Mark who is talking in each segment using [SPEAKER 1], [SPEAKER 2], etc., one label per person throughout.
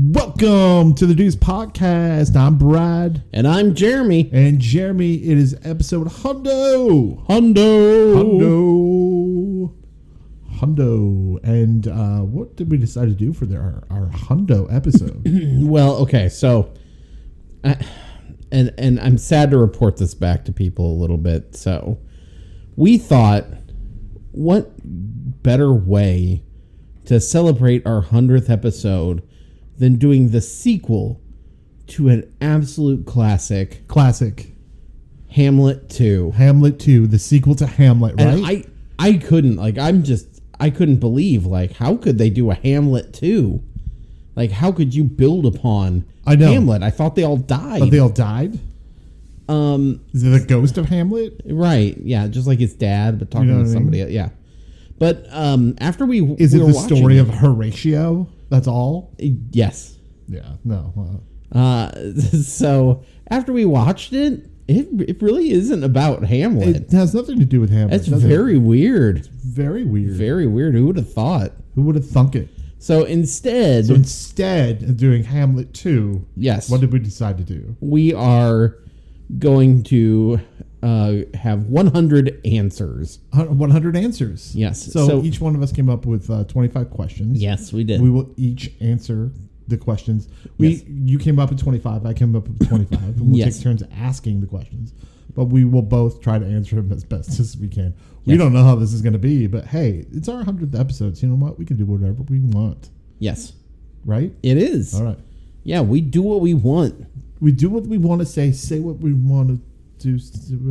[SPEAKER 1] Welcome to the Dudes Podcast. I'm Brad
[SPEAKER 2] And I'm Jeremy.
[SPEAKER 1] and Jeremy. It is episode Hundo.
[SPEAKER 2] Hundo.
[SPEAKER 1] Hundo. Hundo. And uh, what did we decide to do for the, our, our Hundo episode?
[SPEAKER 2] Well, okay, so, I, and and I'm sad to report this back to people a little bit. So, we thought, what better way to celebrate our hundredth episode than doing the sequel to an absolute classic,
[SPEAKER 1] Classic.
[SPEAKER 2] Hamlet Two?
[SPEAKER 1] Hamlet 2, the sequel to Hamlet,
[SPEAKER 2] And
[SPEAKER 1] right?
[SPEAKER 2] I I couldn't like I'm just I couldn't believe like how could they do a Hamlet too? Like how could you build upon
[SPEAKER 1] I know.
[SPEAKER 2] Hamlet? I thought they all died.
[SPEAKER 1] But they all died?
[SPEAKER 2] um
[SPEAKER 1] Is it the ghost of Hamlet?
[SPEAKER 2] right. Yeah, just like his dad but talking
[SPEAKER 1] know what I
[SPEAKER 2] to
[SPEAKER 1] mean?
[SPEAKER 2] somebody yeah. But um after we
[SPEAKER 1] Is
[SPEAKER 2] we
[SPEAKER 1] it
[SPEAKER 2] were
[SPEAKER 1] the story
[SPEAKER 2] watching
[SPEAKER 1] of Horatio? That's all?
[SPEAKER 2] it- yes.
[SPEAKER 1] Yeah, no. uh,
[SPEAKER 2] Uh so after we watched it it, it really isn't about Hamlet.
[SPEAKER 1] it has nothing to do with Hamlet.
[SPEAKER 2] That's
[SPEAKER 1] does it?
[SPEAKER 2] very weird.
[SPEAKER 1] very weird.
[SPEAKER 2] Very weird. Who would have thought?
[SPEAKER 1] Who would have thunk it?
[SPEAKER 2] So instead,
[SPEAKER 1] So instead of doing Hamlet 2,
[SPEAKER 2] yes.
[SPEAKER 1] what did we decide to do?
[SPEAKER 2] we are going to uh, have 100 answers.
[SPEAKER 1] Hun- 100 answers.
[SPEAKER 2] Yes,
[SPEAKER 1] So,
[SPEAKER 2] so-
[SPEAKER 1] each one of us came up with uh, 25 questions.
[SPEAKER 2] Yes, we did.
[SPEAKER 1] We will each answer the questions. We
[SPEAKER 2] Yes.
[SPEAKER 1] You came up with 25, I came up with 25. and we'll
[SPEAKER 2] Yes.
[SPEAKER 1] take turns asking the questions. But we will both try to answer them as best as we can. We
[SPEAKER 2] Yes.
[SPEAKER 1] don't know how this is going to be, but hey, it's our 100th episode. So you know what? We can do whatever we want,
[SPEAKER 2] yes,
[SPEAKER 1] right?
[SPEAKER 2] it is.
[SPEAKER 1] All right.
[SPEAKER 2] Yeah, we do what we want.
[SPEAKER 1] We do what we want to say, say what we want to do.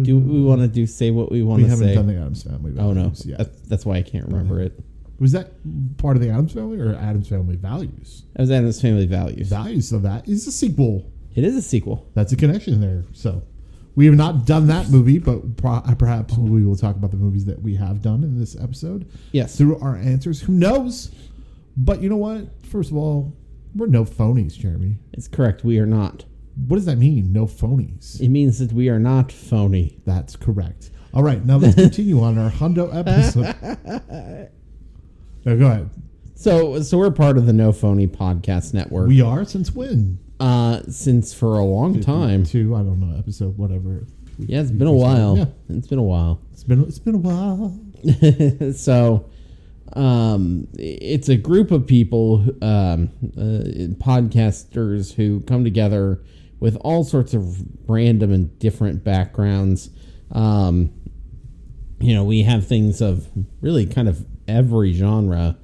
[SPEAKER 2] Do what we want to do, say what we want
[SPEAKER 1] We
[SPEAKER 2] to
[SPEAKER 1] haven't
[SPEAKER 2] say.
[SPEAKER 1] done the Adams Family.
[SPEAKER 2] oh, no.
[SPEAKER 1] values yet.
[SPEAKER 2] That- that's why I can't remember it.
[SPEAKER 1] Was that part of the Adams Family or Adams Family Values?
[SPEAKER 2] That was Adam's Family Values.
[SPEAKER 1] Values. So that is a sequel.
[SPEAKER 2] It is a sequel.
[SPEAKER 1] That's a connection there. So we have not done that movie, but pro- uh, perhaps we will talk about the movies that we have done in this episode
[SPEAKER 2] Yes.
[SPEAKER 1] through our answers. Who knows? But you know what? First of all, we're no phonies, Jeremy.
[SPEAKER 2] It's correct. We are not.
[SPEAKER 1] What does that mean? No phonies.
[SPEAKER 2] It means that we are not phony.
[SPEAKER 1] That's correct. All right, now let's continue on our Hundo episode. now go ahead.
[SPEAKER 2] So, so we're part of the No Phony Podcast Network.
[SPEAKER 1] We are since when?
[SPEAKER 2] uh, since for a long time.
[SPEAKER 1] Two, I don't know, episode whatever.
[SPEAKER 2] Yeah, it's been a while.
[SPEAKER 1] Yeah.
[SPEAKER 2] It's been a while.
[SPEAKER 1] It's been it's been a while.
[SPEAKER 2] so um, it's a group of people um, uh, podcasters who come together with all sorts of random and different backgrounds um, you know we have things of really kind of every genre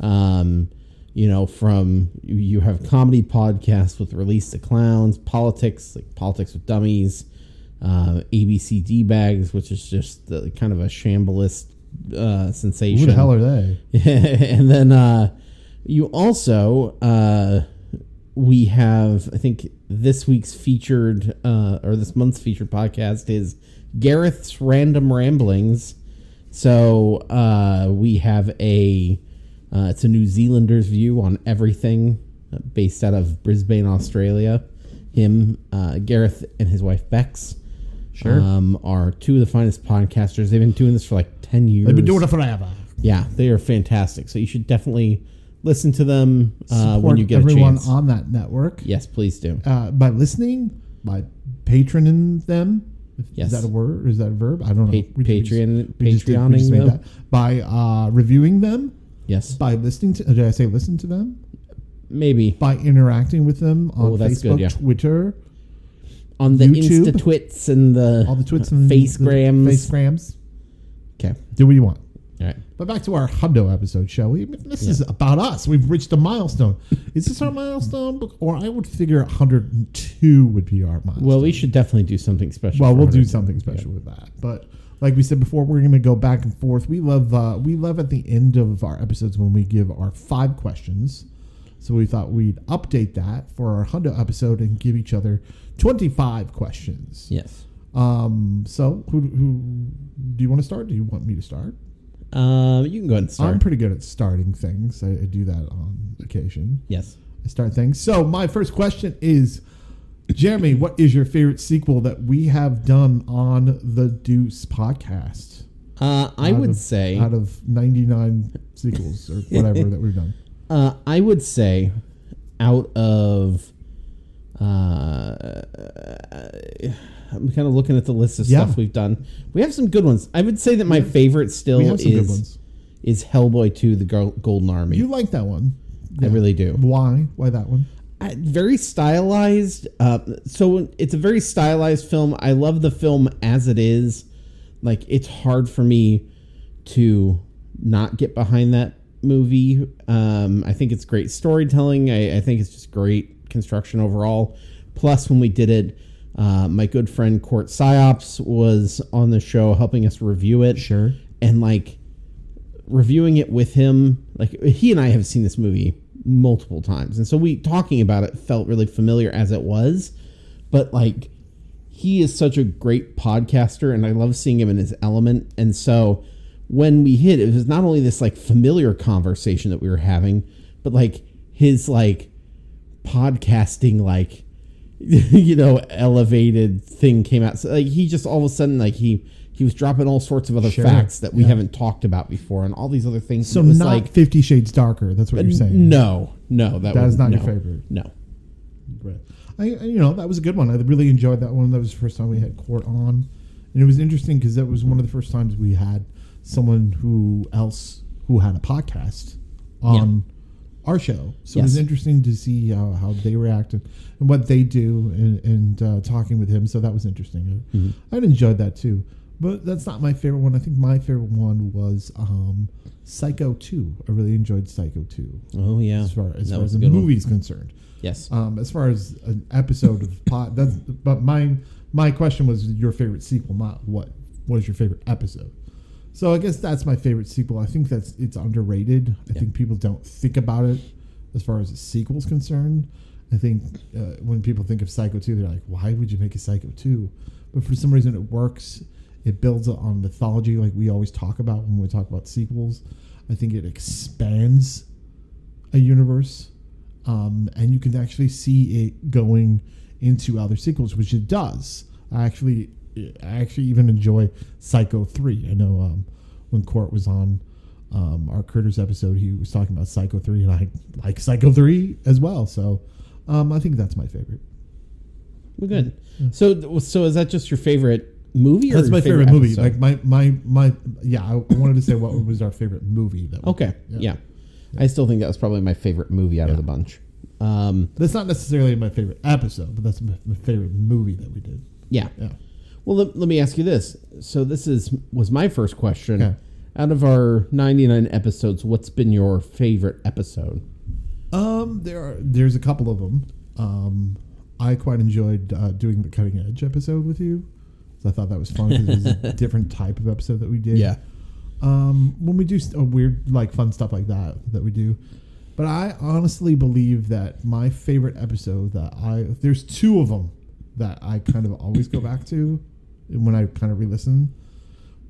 [SPEAKER 2] um, you know from you- you have comedy podcasts with release the clowns politics like politics with dummies uh, abcd bags which is just the, kind of a shambolist uh, sensation
[SPEAKER 1] Who the hell are they?
[SPEAKER 2] and then uh, you also uh, we have I think this week's featured uh, or this month's featured podcast is Gareth's Random Ramblings. So uh, we have a uh, it's a New Zealander's view on everything, uh, based out of Brisbane, Australia. Him, uh, Gareth, and his wife Bex.
[SPEAKER 1] Sure.
[SPEAKER 2] Um, are two of the finest podcasters. They've been doing this for like 10 years.
[SPEAKER 1] They've been doing it forever.
[SPEAKER 2] Yeah, they are fantastic. So you should definitely listen to them uh, when
[SPEAKER 1] Support
[SPEAKER 2] you get a
[SPEAKER 1] everyone
[SPEAKER 2] chance.
[SPEAKER 1] on that network
[SPEAKER 2] yes, please do.
[SPEAKER 1] uh, by listening, by patroning them.
[SPEAKER 2] Yes.
[SPEAKER 1] Is that a word? Is that a verb? I don't know.
[SPEAKER 2] Pa-
[SPEAKER 1] We- we just-
[SPEAKER 2] Patreon,
[SPEAKER 1] we just did- we
[SPEAKER 2] Patreoning
[SPEAKER 1] just made
[SPEAKER 2] them.
[SPEAKER 1] that. by uh, reviewing them,
[SPEAKER 2] Yes,
[SPEAKER 1] by listening to. Did I say listen to them?
[SPEAKER 2] maybe
[SPEAKER 1] By interacting with them on
[SPEAKER 2] Oh,
[SPEAKER 1] Facebook,
[SPEAKER 2] that's good, yeah.
[SPEAKER 1] Twitter,
[SPEAKER 2] on the
[SPEAKER 1] YouTube.
[SPEAKER 2] Insta twits and the
[SPEAKER 1] all the twits and
[SPEAKER 2] facegrams.
[SPEAKER 1] the facegrams.
[SPEAKER 2] Okay,
[SPEAKER 1] Do what you want.
[SPEAKER 2] all right.
[SPEAKER 1] But back to our Hundo episode, shall we? I mean, This is about us. We've reached a milestone. Is this our milestone? Or I would figure 102 would be our milestone.
[SPEAKER 2] Well, we should definitely do something special.
[SPEAKER 1] Well,
[SPEAKER 2] for
[SPEAKER 1] we'll do
[SPEAKER 2] 100.
[SPEAKER 1] something special with that. But like we said before, we're going to go back and forth. We love uh, we love at the end of our episodes when we give our five questions. So we thought we'd update that for our Hundo episode and give each other 25 questions.
[SPEAKER 2] Yes.
[SPEAKER 1] Um. So who who do you want to start? Do you want me to start?
[SPEAKER 2] Um, you can go ahead and start.
[SPEAKER 1] I'm pretty good at starting things. I, I do that on occasion.
[SPEAKER 2] yes.
[SPEAKER 1] I start things. So my first question is, Jeremy, what is your favorite sequel that we have done on the Deuce podcast?
[SPEAKER 2] Uh, I
[SPEAKER 1] Out
[SPEAKER 2] would
[SPEAKER 1] of-
[SPEAKER 2] say
[SPEAKER 1] out of 99 sequels or whatever that we've done.
[SPEAKER 2] Uh, I would say out of. Uh, I'm kind of looking at the list of
[SPEAKER 1] Yeah.
[SPEAKER 2] stuff we've done. We have some good ones. I would say that my favorite still
[SPEAKER 1] We have some good
[SPEAKER 2] is
[SPEAKER 1] ones.
[SPEAKER 2] is Hellboy 2: The Gol- Golden Army.
[SPEAKER 1] You like that one?
[SPEAKER 2] I really do.
[SPEAKER 1] Why? Why that one?
[SPEAKER 2] I, very stylized. Uh, so it's a very stylized film. I love the film as it is. Like it's hard for me to not get behind that movie. Um, I think it's great storytelling. I, I think it's just great construction overall. Plus, when we did it, uh, my good friend Court Psyops was on the show helping us review it.
[SPEAKER 1] Sure.
[SPEAKER 2] And like reviewing it with him like he and i have seen this movie multiple times and so we talking about it felt really familiar as it was but like he is such a great podcaster and i love seeing him in his element and so when we hit it was not only this like familiar conversation that we were having but like his like podcasting like you know elevated thing came out so like he just all of a sudden like he he was dropping all sorts of other
[SPEAKER 1] Sure.
[SPEAKER 2] facts that we haven't talked about before and all these other things
[SPEAKER 1] So
[SPEAKER 2] it was
[SPEAKER 1] not
[SPEAKER 2] like
[SPEAKER 1] Fifty Shades Darker. That's what you're saying.
[SPEAKER 2] no no that,
[SPEAKER 1] That
[SPEAKER 2] was
[SPEAKER 1] is not
[SPEAKER 2] no,
[SPEAKER 1] your favorite.
[SPEAKER 2] no
[SPEAKER 1] Right. I, I, you know, that was a good one. I really enjoyed that one. That was the first time we had court on, and it was interesting because that was one of the first times we had someone who else who had a podcast on our show. So it was
[SPEAKER 2] Yes.
[SPEAKER 1] interesting to see how, how they reacted and what they do, and, and uh, talking with him. So that was interesting.
[SPEAKER 2] Mm-hmm.
[SPEAKER 1] I I enjoyed that too. But that's not my favorite one. I think my favorite one was um, Psycho 2. I really enjoyed Psycho 2
[SPEAKER 2] oh yeah
[SPEAKER 1] as far as,
[SPEAKER 2] that
[SPEAKER 1] far
[SPEAKER 2] was
[SPEAKER 1] as
[SPEAKER 2] a
[SPEAKER 1] the
[SPEAKER 2] good one
[SPEAKER 1] movie is concerned.
[SPEAKER 2] yes
[SPEAKER 1] Um, as far as an episode of pod, that's but my my question was your favorite sequel, not what was your favorite episode. So I guess that's my favorite sequel. I think that's it's underrated. I think people don't think about it as far as a sequel's concerned. I think uh, when people think of Psycho 2, they're like, why would you make a Psycho 2? But for some reason, it works. It builds on mythology, like we always talk about when we talk about sequels. I think it expands a universe, um, and you can actually see it going into other sequels, which it does. I actually, I actually even enjoy Psycho three. I know um, when Court was on um, our Critters episode, he was talking about Psycho three, and I like Psycho three as well. So um, I think that's my favorite.
[SPEAKER 2] well, good so so is that just your favorite movie or
[SPEAKER 1] That's
[SPEAKER 2] your
[SPEAKER 1] my favorite, movie.
[SPEAKER 2] episode?
[SPEAKER 1] Like my my my yeah. I wanted to say what was our favorite movie. That we-
[SPEAKER 2] okay yeah. i still think that was probably my favorite movie out of the bunch um
[SPEAKER 1] That's not necessarily my favorite episode, but that's my, my favorite movie that we did.
[SPEAKER 2] yeah
[SPEAKER 1] Yeah.
[SPEAKER 2] Well, let, let me ask you this. So this is was my first question.
[SPEAKER 1] Okay.
[SPEAKER 2] Out of our 99 episodes, what's been your favorite episode?
[SPEAKER 1] Um, there are there's a couple of them. Um, I quite enjoyed uh, doing the cutting edge episode with you. So I thought that was fun because it was a different type of episode that we did. Um, when we do st- weird like fun stuff like that that we do, but I honestly believe that my favorite episode that I there's two of them that I kind of always go back to when I kind of re-listen.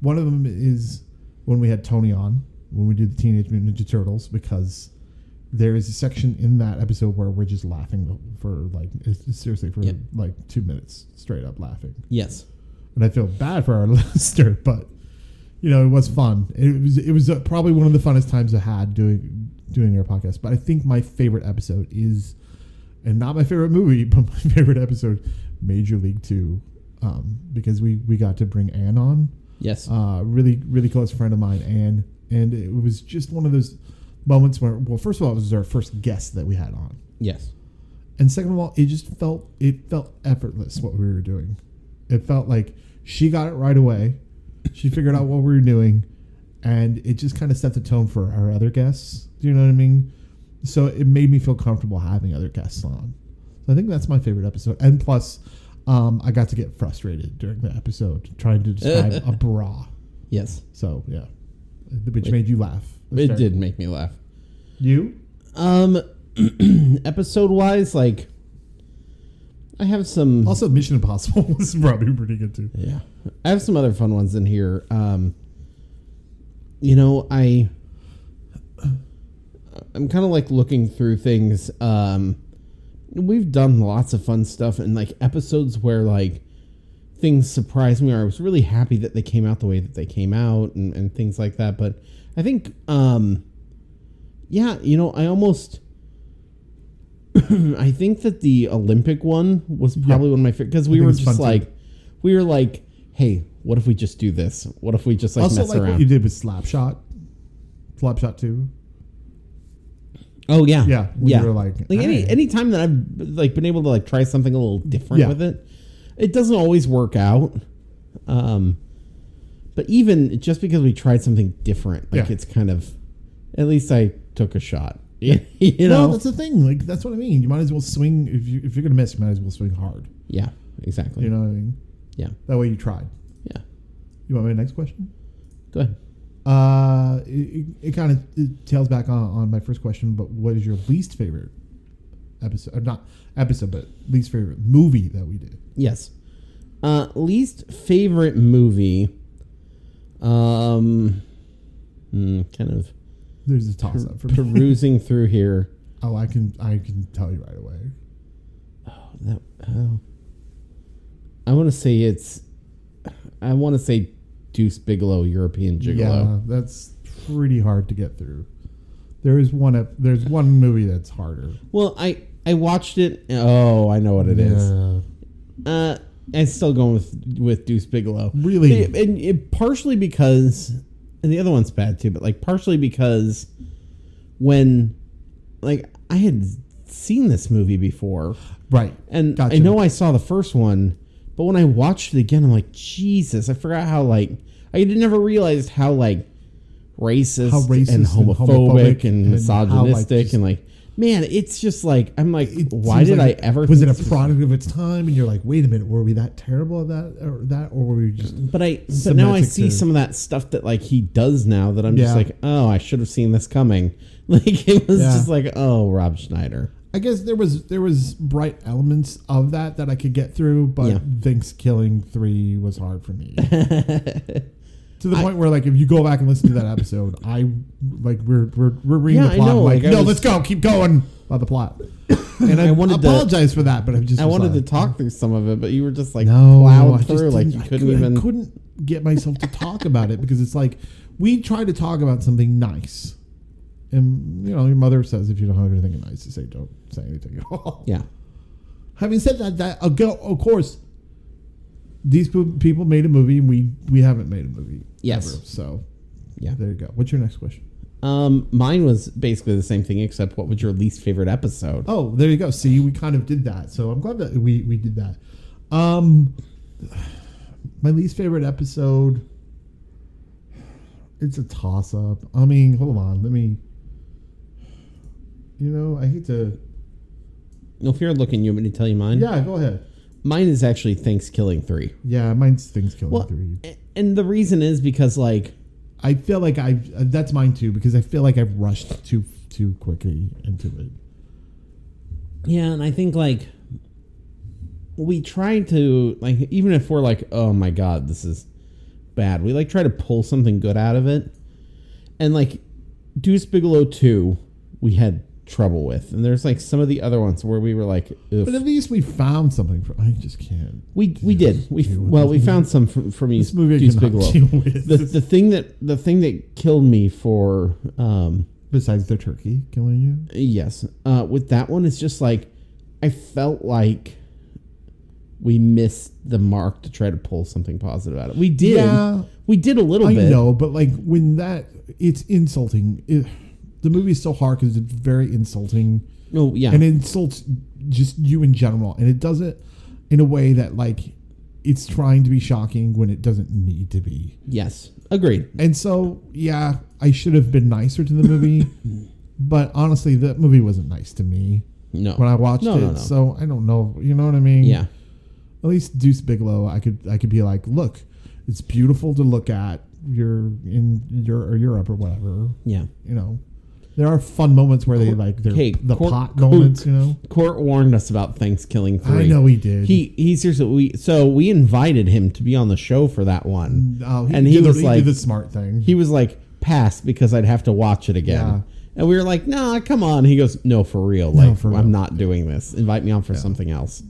[SPEAKER 1] One of them is when we had Tony on when we did the Teenage Mutant Ninja Turtles because there is a section in that episode where we're just laughing for like it's- seriously for
[SPEAKER 2] Yeah.
[SPEAKER 1] like two minutes straight up laughing
[SPEAKER 2] Yes.
[SPEAKER 1] and I feel bad for our listener, but you know, it was fun. It was it was uh, probably one of the funnest times I had doing doing our podcast. But I think my favorite episode is, and not my favorite movie, but my favorite episode, Major League Two, um, because we we got to bring Ann on,
[SPEAKER 2] Yes.
[SPEAKER 1] uh, really really close friend of mine, Ann, and it was just one of those moments where, well, first of all, it was our first guest that we had on,
[SPEAKER 2] yes.
[SPEAKER 1] and second of all, it just felt it felt effortless what we were doing. It felt like she got it right away. She figured out what we were doing, and it just kind of set the tone for our other guests. Do you know what I mean? So it made me feel comfortable having other guests on. So I think that's my favorite episode. And plus, um, I got to get frustrated during the episode trying to describe a bra.
[SPEAKER 2] Yes.
[SPEAKER 1] So yeah, which made you laugh.
[SPEAKER 2] It did make me laugh.
[SPEAKER 1] You?
[SPEAKER 2] Um episode wise like I have some
[SPEAKER 1] Also, Mission Impossible was probably pretty good too.
[SPEAKER 2] Yeah. I have some other fun ones in here. Um you know, I I'm kind of like looking through things. Um we've done lots of fun stuff and like episodes where like things surprised me or I was really happy that they came out the way that they came out and, and things like that. But I think um yeah, you know, I almost I think that the Olympic one was probably one of my favorite because we
[SPEAKER 1] think
[SPEAKER 2] were
[SPEAKER 1] it's fun
[SPEAKER 2] just
[SPEAKER 1] too.
[SPEAKER 2] like, we were like, hey, what if we just do this? What if we just like
[SPEAKER 1] also,
[SPEAKER 2] mess
[SPEAKER 1] like what
[SPEAKER 2] around?
[SPEAKER 1] you did with Slapshot, Slapshot Two.
[SPEAKER 2] oh yeah,
[SPEAKER 1] Yeah, when
[SPEAKER 2] yeah.
[SPEAKER 1] you were like,
[SPEAKER 2] like any
[SPEAKER 1] "Hey."
[SPEAKER 2] any time that I've like been able to like try something a little different
[SPEAKER 1] Yeah.
[SPEAKER 2] with it, it doesn't always work out. Um, but even just because we tried something different, like
[SPEAKER 1] Yeah.
[SPEAKER 2] it's kind of, at least I took a shot. you
[SPEAKER 1] No,
[SPEAKER 2] know,
[SPEAKER 1] that's the thing. Like that's what I mean. You might as well swing if you if you're gonna miss, you might as well swing hard.
[SPEAKER 2] yeah, exactly.
[SPEAKER 1] You know what I mean?
[SPEAKER 2] Yeah,
[SPEAKER 1] That way you tried.
[SPEAKER 2] yeah.
[SPEAKER 1] You want my next question?
[SPEAKER 2] Go ahead.
[SPEAKER 1] Uh, it, it kind of it tails back on, on my first question, but what is your least favorite episode? Or not episode, but least favorite movie that we did?
[SPEAKER 2] Yes. Uh, least favorite movie. Um, hmm, kind of
[SPEAKER 1] There's a toss up for me.
[SPEAKER 2] perusing through here.
[SPEAKER 1] Oh, I can I can tell you right away.
[SPEAKER 2] Oh, that, oh. I want to say it's. I want to say Deuce Bigelow, European Gigolo.
[SPEAKER 1] Yeah, that's pretty hard to get through. There is one ep- there's one movie that's harder.
[SPEAKER 2] Well, I I watched it. Oh, I know what it is.
[SPEAKER 1] Yeah.
[SPEAKER 2] Uh, I'm still going with with Deuce Bigelow.
[SPEAKER 1] Really?
[SPEAKER 2] and, and it- partially because, and the other one's bad too. But like partially because, when, like I had seen this movie before,
[SPEAKER 1] Right.
[SPEAKER 2] and I
[SPEAKER 1] Gotcha.
[SPEAKER 2] know I saw the first one, but when I watched it again, I'm like, Jesus, I forgot how like I had never realized how like racist,
[SPEAKER 1] How racist and
[SPEAKER 2] and homophobic
[SPEAKER 1] homophobic
[SPEAKER 2] and,
[SPEAKER 1] and how, like,
[SPEAKER 2] misogynistic
[SPEAKER 1] just-
[SPEAKER 2] and like. Man, it's just like I'm like,
[SPEAKER 1] It
[SPEAKER 2] why
[SPEAKER 1] seems
[SPEAKER 2] did
[SPEAKER 1] like
[SPEAKER 2] I ever?
[SPEAKER 1] was
[SPEAKER 2] think
[SPEAKER 1] it
[SPEAKER 2] this
[SPEAKER 1] a product of its time? And you're like, wait a minute, were we that terrible at that or that, or were we just
[SPEAKER 2] But I, but now I
[SPEAKER 1] Semantic
[SPEAKER 2] see
[SPEAKER 1] term.
[SPEAKER 2] some of that stuff that like he does now that I'm just
[SPEAKER 1] Yeah.
[SPEAKER 2] like, oh, I should have seen this coming. Like it was
[SPEAKER 1] Yeah.
[SPEAKER 2] just like, oh, Rob Schneider.
[SPEAKER 1] I guess there was there was bright elements of that that I could get through, but
[SPEAKER 2] Yeah.
[SPEAKER 1] Thanksgiving three was hard for me. to the point where, like, if you go back and listen to that episode, I like we're we're, we're reading
[SPEAKER 2] Yeah, I
[SPEAKER 1] the plot.
[SPEAKER 2] know,
[SPEAKER 1] I'm like,
[SPEAKER 2] like, I
[SPEAKER 1] no,
[SPEAKER 2] was-
[SPEAKER 1] let's go, keep going about the plot. And I,
[SPEAKER 2] I wanted to-
[SPEAKER 1] apologize for that, but I'm just
[SPEAKER 2] I
[SPEAKER 1] was
[SPEAKER 2] wanted
[SPEAKER 1] like,
[SPEAKER 2] to talk through some of it, but you were just like
[SPEAKER 1] no, I
[SPEAKER 2] plowed
[SPEAKER 1] just
[SPEAKER 2] through, like
[SPEAKER 1] didn't-
[SPEAKER 2] you
[SPEAKER 1] I
[SPEAKER 2] couldn't
[SPEAKER 1] could- I
[SPEAKER 2] even.
[SPEAKER 1] couldn't get myself to talk about it because it's like we try to talk about something nice, and you know, your mother says if you don't have anything nice to say, don't say anything at all.
[SPEAKER 2] Yeah,
[SPEAKER 1] Having said that, that ago, of course, these po- people made a movie, and we we haven't made a movie.
[SPEAKER 2] Yes.
[SPEAKER 1] ever. so
[SPEAKER 2] yeah.
[SPEAKER 1] there you go. What's your next question?
[SPEAKER 2] Um, mine was basically the same thing, except what was your least favorite episode?
[SPEAKER 1] Oh, there you go. See, we kind of did that. So I'm glad that we we did that. Um, my least favorite episode. It's a toss up. I mean, hold on. Let me. You know, I hate to.
[SPEAKER 2] If you're looking, you want me to tell you mine?
[SPEAKER 1] Yeah, go ahead.
[SPEAKER 2] Mine is actually Thanksgiving three.
[SPEAKER 1] Yeah, mine's things killing
[SPEAKER 2] Well,
[SPEAKER 1] three.
[SPEAKER 2] a- and the reason is because like
[SPEAKER 1] I feel like I uh, that's mine too because I feel like I've rushed too too quickly into it.
[SPEAKER 2] Yeah, and I think like we try to like even if we're like, oh my god, this is bad, we like try to pull something good out of it. And like Deuce Bigelow two, we had trouble with, and there's like some of the other ones where we were like,
[SPEAKER 1] But
[SPEAKER 2] Oof.
[SPEAKER 1] at least we found something. For, I just can't.
[SPEAKER 2] we we did we
[SPEAKER 1] Deal with
[SPEAKER 2] well
[SPEAKER 1] this
[SPEAKER 2] we found some from from
[SPEAKER 1] This
[SPEAKER 2] Deuce
[SPEAKER 1] movie I cannot
[SPEAKER 2] Bigelow.
[SPEAKER 1] deal with.
[SPEAKER 2] The the thing that the thing that killed me for um
[SPEAKER 1] Besides the turkey killing you,
[SPEAKER 2] Yes. Uh, with that one, it's just like I felt like we missed the mark to try to pull something positive out of it. We did.
[SPEAKER 1] Yeah.
[SPEAKER 2] We did a little
[SPEAKER 1] I
[SPEAKER 2] bit.
[SPEAKER 1] know. But like when that, it's insulting. It, the movie is so hard because it's very insulting
[SPEAKER 2] Oh yeah.
[SPEAKER 1] and it insults just you in general, and it does it in a way that like it's trying to be shocking when it doesn't need to be.
[SPEAKER 2] yes. Agreed.
[SPEAKER 1] And so, yeah, I should have been nicer to the movie, but honestly, that movie wasn't nice to me
[SPEAKER 2] No.
[SPEAKER 1] when I watched
[SPEAKER 2] No,
[SPEAKER 1] it.
[SPEAKER 2] no, no.
[SPEAKER 1] So I don't know. You know what I mean?
[SPEAKER 2] yeah.
[SPEAKER 1] At least Deuce Bigelow, I could I could be like, look, it's beautiful to look at. You're in your or Europe or whatever.
[SPEAKER 2] Yeah.
[SPEAKER 1] You know, there are fun moments where they like they're
[SPEAKER 2] hey,
[SPEAKER 1] the
[SPEAKER 2] Cor-
[SPEAKER 1] pot moments. You know,
[SPEAKER 2] Court warned us about Thanksgiving three.
[SPEAKER 1] I know he did.
[SPEAKER 2] He he seriously we so we invited him to be on the show for that one.
[SPEAKER 1] Oh, he
[SPEAKER 2] and
[SPEAKER 1] did
[SPEAKER 2] he
[SPEAKER 1] the,
[SPEAKER 2] was
[SPEAKER 1] he
[SPEAKER 2] like
[SPEAKER 1] did the smart thing.
[SPEAKER 2] he was like pass because I'd have to watch it again.
[SPEAKER 1] Yeah.
[SPEAKER 2] And we were like, nah, come on. He goes, no, for real. Like,
[SPEAKER 1] for
[SPEAKER 2] I'm
[SPEAKER 1] real."
[SPEAKER 2] not doing this. Invite me on for something else.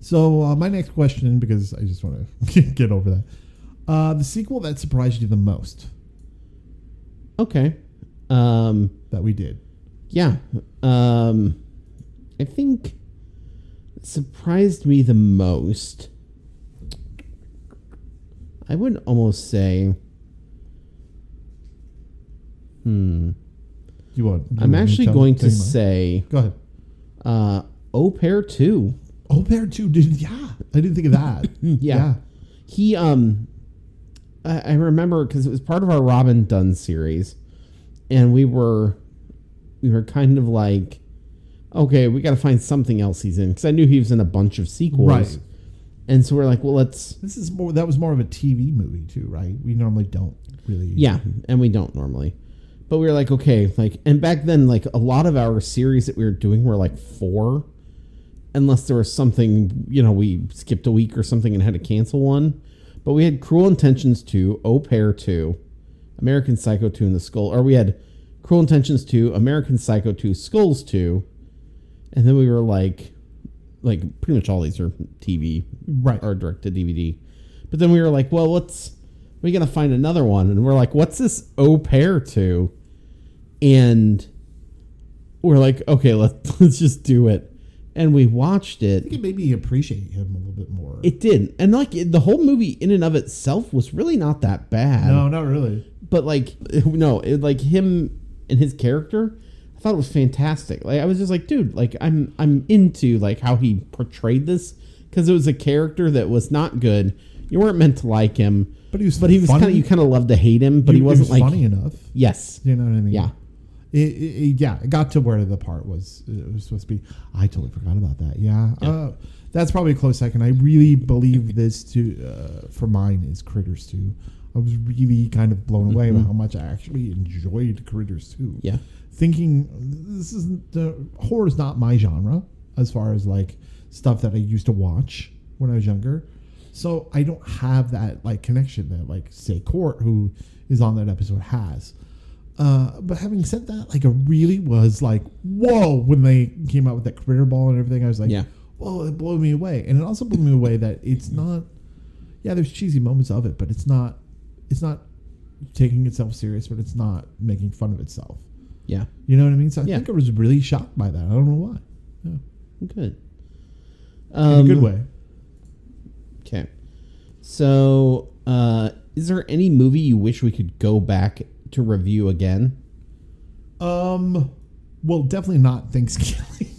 [SPEAKER 1] So uh, my next question, because I just want to get over that, uh, the sequel that surprised you the most
[SPEAKER 2] Okay. Um,
[SPEAKER 1] that we did.
[SPEAKER 2] yeah, um, I think surprised me the most. I would almost say, hmm,
[SPEAKER 1] You want? you
[SPEAKER 2] I'm
[SPEAKER 1] want me Hmm,
[SPEAKER 2] actually
[SPEAKER 1] tell-
[SPEAKER 2] going
[SPEAKER 1] tell
[SPEAKER 2] to
[SPEAKER 1] you mine?
[SPEAKER 2] say,
[SPEAKER 1] Go ahead.
[SPEAKER 2] uh, Au Pair 2.
[SPEAKER 1] Oh, there too, dude. Yeah, I didn't think of that.
[SPEAKER 2] yeah. He um I, I remember because it was part of our Robin Dunn series, and we were we were kind of like, okay, we gotta find something else he's in. Because I knew he was in a bunch of sequels.
[SPEAKER 1] Right.
[SPEAKER 2] And so we're like, well let's
[SPEAKER 1] This is more. That was more of a TV movie too, right? We normally don't really.
[SPEAKER 2] Yeah, and we don't normally. But we were like, okay, like and back then, like a lot of our series that we were doing were like four. Unless there was something, you know, we skipped a week or something and had to cancel one. But we had Cruel Intentions 2, Au Pair 2, American Psycho 2 and the Skull. Or we had Cruel Intentions 2, American Psycho 2, Skulls 2. And then we were like like pretty much all these are TV
[SPEAKER 1] Right.
[SPEAKER 2] or direct to DVD. But then we were like, well, what's we gonna find another one? And we're like, what's this au pair to? And we're like, okay, let's let's just do it. And we watched
[SPEAKER 1] I
[SPEAKER 2] it.
[SPEAKER 1] think it made me appreciate him a little bit more.
[SPEAKER 2] It did, and like the whole movie in and of itself was really not that bad.
[SPEAKER 1] no, not really.
[SPEAKER 2] But like, no, it, like him and his character, I thought it was fantastic. Like I was just like, dude, like I'm I'm into like how he portrayed this because it was a character that was not good. You weren't meant to like him.
[SPEAKER 1] But he was.
[SPEAKER 2] But he was kind of you kind of loved to hate him, but he wasn't
[SPEAKER 1] was
[SPEAKER 2] like
[SPEAKER 1] funny enough.
[SPEAKER 2] yes,
[SPEAKER 1] You know what I mean?
[SPEAKER 2] yeah,
[SPEAKER 1] It, it, it- yeah. It got to where the part was. It was supposed to be. I totally forgot about that. Yeah. Uh, that's probably a close second. I really believe this to uh, for mine is Critters Two. I was really kind of blown away by how much I actually enjoyed Critters Two.
[SPEAKER 2] yeah,
[SPEAKER 1] thinking this isn't the horror is not my genre as far as like stuff that I used to watch when I was younger. So I don't have that like connection that like say Court who is on that episode has. Uh, but having said that, like it really was like whoa when they came out with that critter ball and everything. I was like,
[SPEAKER 2] Yeah.
[SPEAKER 1] whoa, it blew me away, and it also blew me away that it's not. Yeah, there's cheesy moments of it, but it's not. It's not taking itself serious, but it's not making fun of itself.
[SPEAKER 2] yeah.
[SPEAKER 1] You know what I mean? So I
[SPEAKER 2] Yeah.
[SPEAKER 1] think I was really shocked by that. I don't know why. Yeah.
[SPEAKER 2] Good.
[SPEAKER 1] In
[SPEAKER 2] Um,
[SPEAKER 1] a good way.
[SPEAKER 2] Okay. So, uh, is there any movie you wish we could go back to review again?
[SPEAKER 1] Um, well, definitely not Thanksgiving.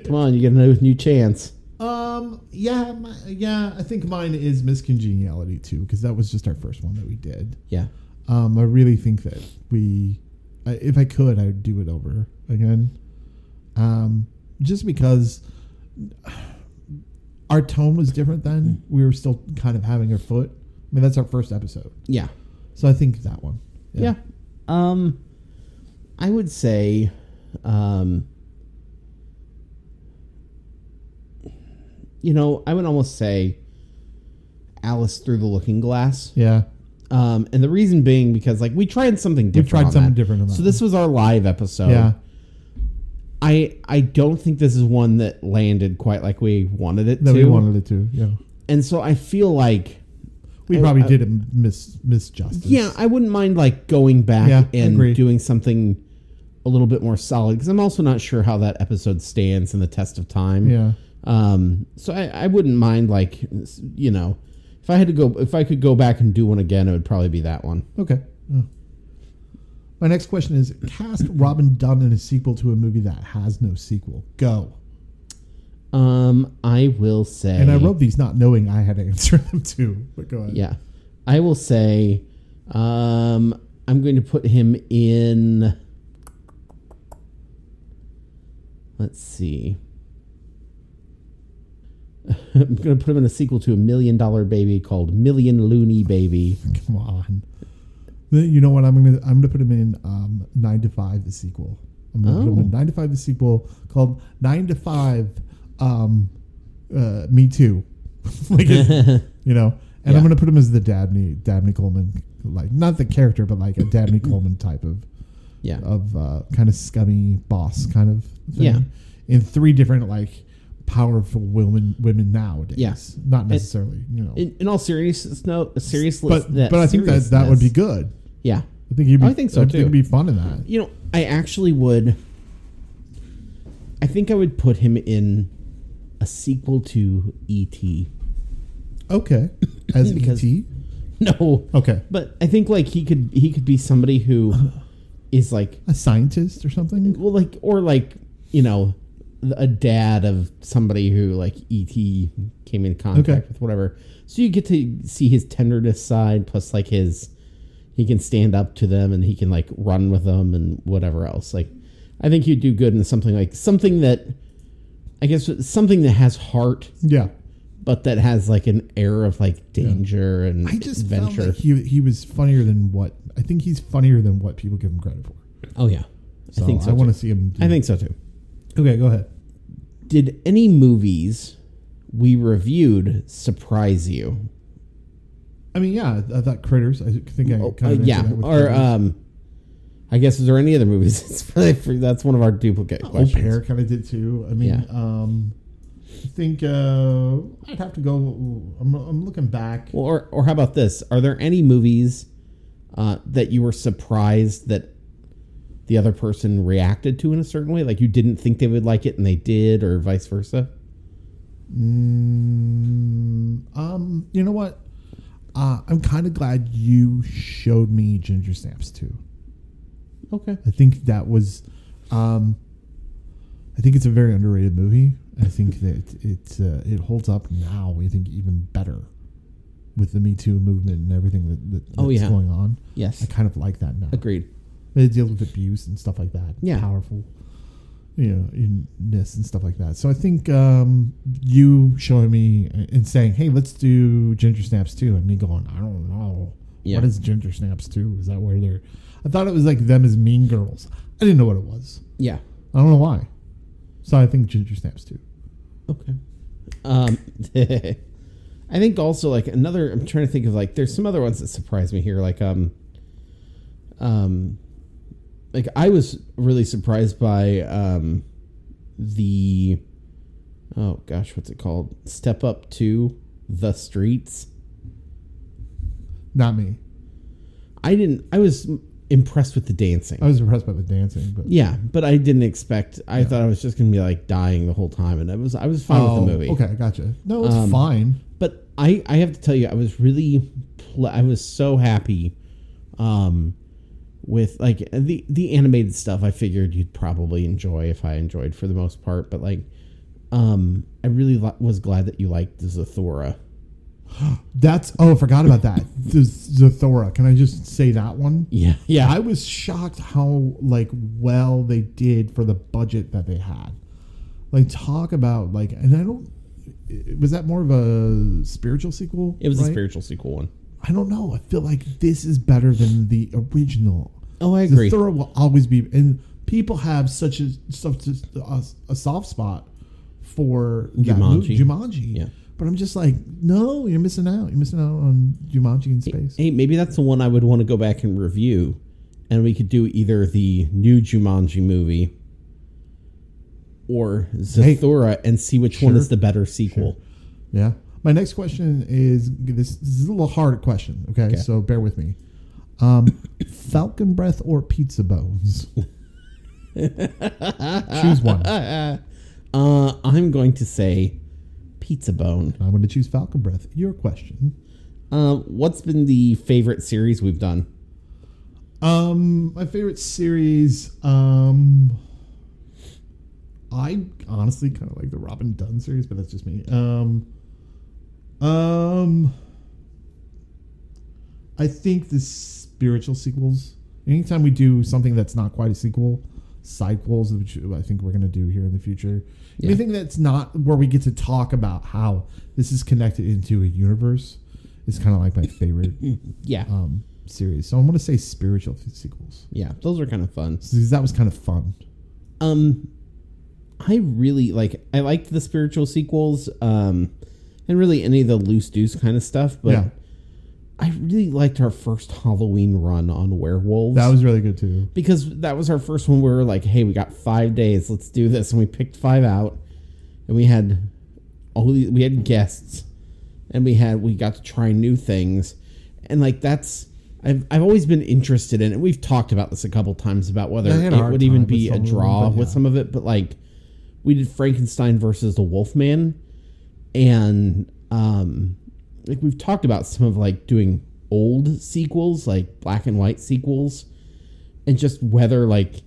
[SPEAKER 2] Come on, you get a new chance.
[SPEAKER 1] um, yeah, my, yeah. I think mine is miscongeniality too, because that was just our first one that we did.
[SPEAKER 2] Yeah.
[SPEAKER 1] Um, I really think that we, I- if I could, I'd do it over again. Um, just because our tone was different then. We were still kind of having our foot. I mean, that's our first episode,
[SPEAKER 2] Yeah.
[SPEAKER 1] so I think that one.
[SPEAKER 2] Yeah. Um, I would say, um, you know, I would almost say Alice Through the Looking Glass.
[SPEAKER 1] Yeah.
[SPEAKER 2] Um, and the reason being because like we tried something different.
[SPEAKER 1] tried
[SPEAKER 2] on
[SPEAKER 1] something
[SPEAKER 2] that.
[SPEAKER 1] different on that
[SPEAKER 2] So this was our live episode.
[SPEAKER 1] Yeah.
[SPEAKER 2] I I don't think this is one that landed quite like we wanted it
[SPEAKER 1] that
[SPEAKER 2] to.
[SPEAKER 1] we wanted it to. Yeah,
[SPEAKER 2] And so I feel like
[SPEAKER 1] we
[SPEAKER 2] I-
[SPEAKER 1] probably
[SPEAKER 2] I-
[SPEAKER 1] did a mis misjustice.
[SPEAKER 2] yeah, I wouldn't mind like going back
[SPEAKER 1] Yeah, I
[SPEAKER 2] and
[SPEAKER 1] agree.
[SPEAKER 2] doing something a little bit more solid because I'm also not sure how that episode stands in the test of time.
[SPEAKER 1] yeah,
[SPEAKER 2] Um, so I, I wouldn't mind like you know if I had to go if I could go back and do one again, it would probably be that one.
[SPEAKER 1] okay. Yeah. My next question is: Cast Robin Dunn in a sequel to a movie that has no sequel. Go.
[SPEAKER 2] Um, I will say,
[SPEAKER 1] And I wrote these not knowing I had to answer them too. But go ahead.
[SPEAKER 2] yeah, I will say, um, I'm going to put him in. Let's see. I'm going to put him in a sequel to a million dollar baby called Million Loony Baby.
[SPEAKER 1] Come on. Then You know what? I'm gonna I'm gonna put him in um, Nine to Five, the sequel. I'm gonna put him
[SPEAKER 2] Oh.
[SPEAKER 1] in Nine to Five, the sequel called Nine to Five. Um, uh, me too. like it's- you know. And I'm
[SPEAKER 2] Yeah.
[SPEAKER 1] gonna put him as the Dabney Dabney Coleman, like not the character, but like a Dabney Coleman type of
[SPEAKER 2] Yeah.
[SPEAKER 1] of uh, kind of scummy boss kind of thing.
[SPEAKER 2] Yeah.
[SPEAKER 1] In three different like powerful women women nowadays.
[SPEAKER 2] Yeah.
[SPEAKER 1] Not necessarily, you know.
[SPEAKER 2] In, in all seriousness, no seriously,
[SPEAKER 1] but but I think that that would be good.
[SPEAKER 2] Yeah.
[SPEAKER 1] I think he'd be,
[SPEAKER 2] I think so,
[SPEAKER 1] I think
[SPEAKER 2] too.
[SPEAKER 1] it'd be fun in that.
[SPEAKER 2] You know, I actually would. I think I would put him in a sequel to E E.T.
[SPEAKER 1] Okay, as
[SPEAKER 2] Because-
[SPEAKER 1] ET.
[SPEAKER 2] No,
[SPEAKER 1] Okay,
[SPEAKER 2] but I think like he could he could be somebody who is like
[SPEAKER 1] a scientist or something.
[SPEAKER 2] well like or like you know a dad of somebody who like et came in contact
[SPEAKER 1] Okay.
[SPEAKER 2] with whatever so you get to see his tenderness side plus like his he can stand up to them and he can like run with them and whatever else like i think you'd do good in something like something that i guess something that has heart
[SPEAKER 1] Yeah,
[SPEAKER 2] but that has like an air of like danger and
[SPEAKER 1] I just felt
[SPEAKER 2] adventure
[SPEAKER 1] like he he was funnier than what I think he's funnier than what people give him credit for.
[SPEAKER 2] oh yeah
[SPEAKER 1] So
[SPEAKER 2] i think so
[SPEAKER 1] I want to
[SPEAKER 2] too.
[SPEAKER 1] see him. do-
[SPEAKER 2] i think so too
[SPEAKER 1] Okay, go ahead.
[SPEAKER 2] did any movies we reviewed surprise you?
[SPEAKER 1] I mean, yeah, I thought Critters. I think I
[SPEAKER 2] Oh,
[SPEAKER 1] kind of answered
[SPEAKER 2] yeah,
[SPEAKER 1] that with
[SPEAKER 2] or
[SPEAKER 1] Critters.
[SPEAKER 2] um, I guess is there any other movies? It's really free- That's one of our duplicate
[SPEAKER 1] Au
[SPEAKER 2] questions.
[SPEAKER 1] Pair kind of did too. I mean,
[SPEAKER 2] Yeah.
[SPEAKER 1] um, I think uh, I'd have to go. I'm, I'm looking back.
[SPEAKER 2] Well, or or how about this? Are there any movies uh, that you were surprised that the other person reacted to in a certain way? Like you didn't think they would like it and they did, or vice versa?
[SPEAKER 1] Mm, um, you know what? Uh, I'm kind of glad you showed me Ginger Snaps too.
[SPEAKER 2] Okay.
[SPEAKER 1] I think that was, um, I think it's a very underrated movie. I think that it uh, it holds up now. I think even better with the Me Too movement and everything that, that that's
[SPEAKER 2] Oh, yeah.
[SPEAKER 1] going on. I
[SPEAKER 2] Yes.
[SPEAKER 1] kind of like that now.
[SPEAKER 2] Agreed.
[SPEAKER 1] It deals with abuse and stuff like that.
[SPEAKER 2] Yeah.
[SPEAKER 1] powerful, you know, in this and stuff like that. So I think um, you showing me and saying, "Hey, let's do Ginger Snaps too," and me going, "I don't know,
[SPEAKER 2] Yeah.
[SPEAKER 1] what is Ginger Snaps too? Is that where they're?" I thought it was like them as Mean Girls. I didn't know what it was.
[SPEAKER 2] Yeah.
[SPEAKER 1] I don't know why. So I think Ginger Snaps too.
[SPEAKER 2] Okay. Um, I think also like another. I'm trying to think of like there's some other ones that surprised me here. Like um, um, like I was really surprised by um, the oh gosh, what's it called? Step up to the streets.
[SPEAKER 1] Not me.
[SPEAKER 2] I didn't. I was impressed with the dancing.
[SPEAKER 1] I was impressed by the dancing, but
[SPEAKER 2] Yeah, but I didn't expect. I thought I was just gonna be like dying the whole time, and I was. I was fine with the movie.
[SPEAKER 1] Oh, Okay, gotcha. No, it's
[SPEAKER 2] Um,
[SPEAKER 1] fine.
[SPEAKER 2] but I, I have to tell you, I was really, pl- I was so happy, um, with like the the animated stuff. I figured you'd probably enjoy if I enjoyed for the most part, but like, um, I really li- was glad that you liked Zathura.
[SPEAKER 1] That's oh, I forgot about that. The Zathura. Can I just say that one?
[SPEAKER 2] Yeah, yeah,
[SPEAKER 1] I was shocked how like well they did for the budget that they had. Like talk about like, and I don't. i- Was that more of a spiritual sequel?
[SPEAKER 2] it was a
[SPEAKER 1] right?
[SPEAKER 2] spiritual sequel one.
[SPEAKER 1] I don't know. I feel like this is better than the original.
[SPEAKER 2] Oh, I
[SPEAKER 1] The
[SPEAKER 2] agree.
[SPEAKER 1] thorough will always be, and people have such a such a, a, a soft spot for that mov-
[SPEAKER 2] Jumanji.
[SPEAKER 1] Jumanji.
[SPEAKER 2] Yeah.
[SPEAKER 1] But I'm just like, no, you're missing out. You're missing out on Jumanji in space.
[SPEAKER 2] hey, maybe that's the one I would want to go back and review, and we could do either the new Jumanji movie or Zathura and see which one
[SPEAKER 1] Sure.
[SPEAKER 2] is the better sequel.
[SPEAKER 1] Yeah. My next question is this, this is a little hard question. Okay,
[SPEAKER 2] Okay.
[SPEAKER 1] so bear with me. Um, Falcon breath or pizza bones? choose one. I'm
[SPEAKER 2] Uh, I'm going to say Pizza Bone.
[SPEAKER 1] going to choose Falcon breath. Your question.
[SPEAKER 2] Uh, what's been the favorite series we've done?
[SPEAKER 1] Um, my favorite series. Um, I honestly kind of like the Robin Dunn series, but that's just me. Um, um, I think the spiritual sequels. Anytime we do something that's not quite a sequel, sidequels, which I think we're gonna do here in the future.
[SPEAKER 2] Yeah.
[SPEAKER 1] Anything that's not where we get to talk about how this is connected into a universe is kind of like my favorite
[SPEAKER 2] Yeah,
[SPEAKER 1] um, series. So I'm going to say spiritual f- sequels
[SPEAKER 2] yeah, those are kind of fun.
[SPEAKER 1] because that was kind of fun.
[SPEAKER 2] Um, I really like. I liked the spiritual sequels. Um, and really any of the loose deuce kind of stuff. But
[SPEAKER 1] yeah,
[SPEAKER 2] I really liked our first Halloween run on werewolves.
[SPEAKER 1] that was really good too.
[SPEAKER 2] because that was our first one. where We were like, "Hey, we got five days. Let's do this." And we picked five out, and we had all these, we had guests, and we had we got to try new things, and like that's I've, I've always been interested in it. We've talked about this a couple times about whether
[SPEAKER 1] I had a
[SPEAKER 2] it
[SPEAKER 1] hard
[SPEAKER 2] would even
[SPEAKER 1] time
[SPEAKER 2] be
[SPEAKER 1] with
[SPEAKER 2] a
[SPEAKER 1] some of them,
[SPEAKER 2] draw
[SPEAKER 1] but
[SPEAKER 2] with
[SPEAKER 1] yeah.
[SPEAKER 2] some of it, but like we did Frankenstein versus the Wolfman, and um, like we've talked about some of like doing old sequels, like black and white sequels, and just whether like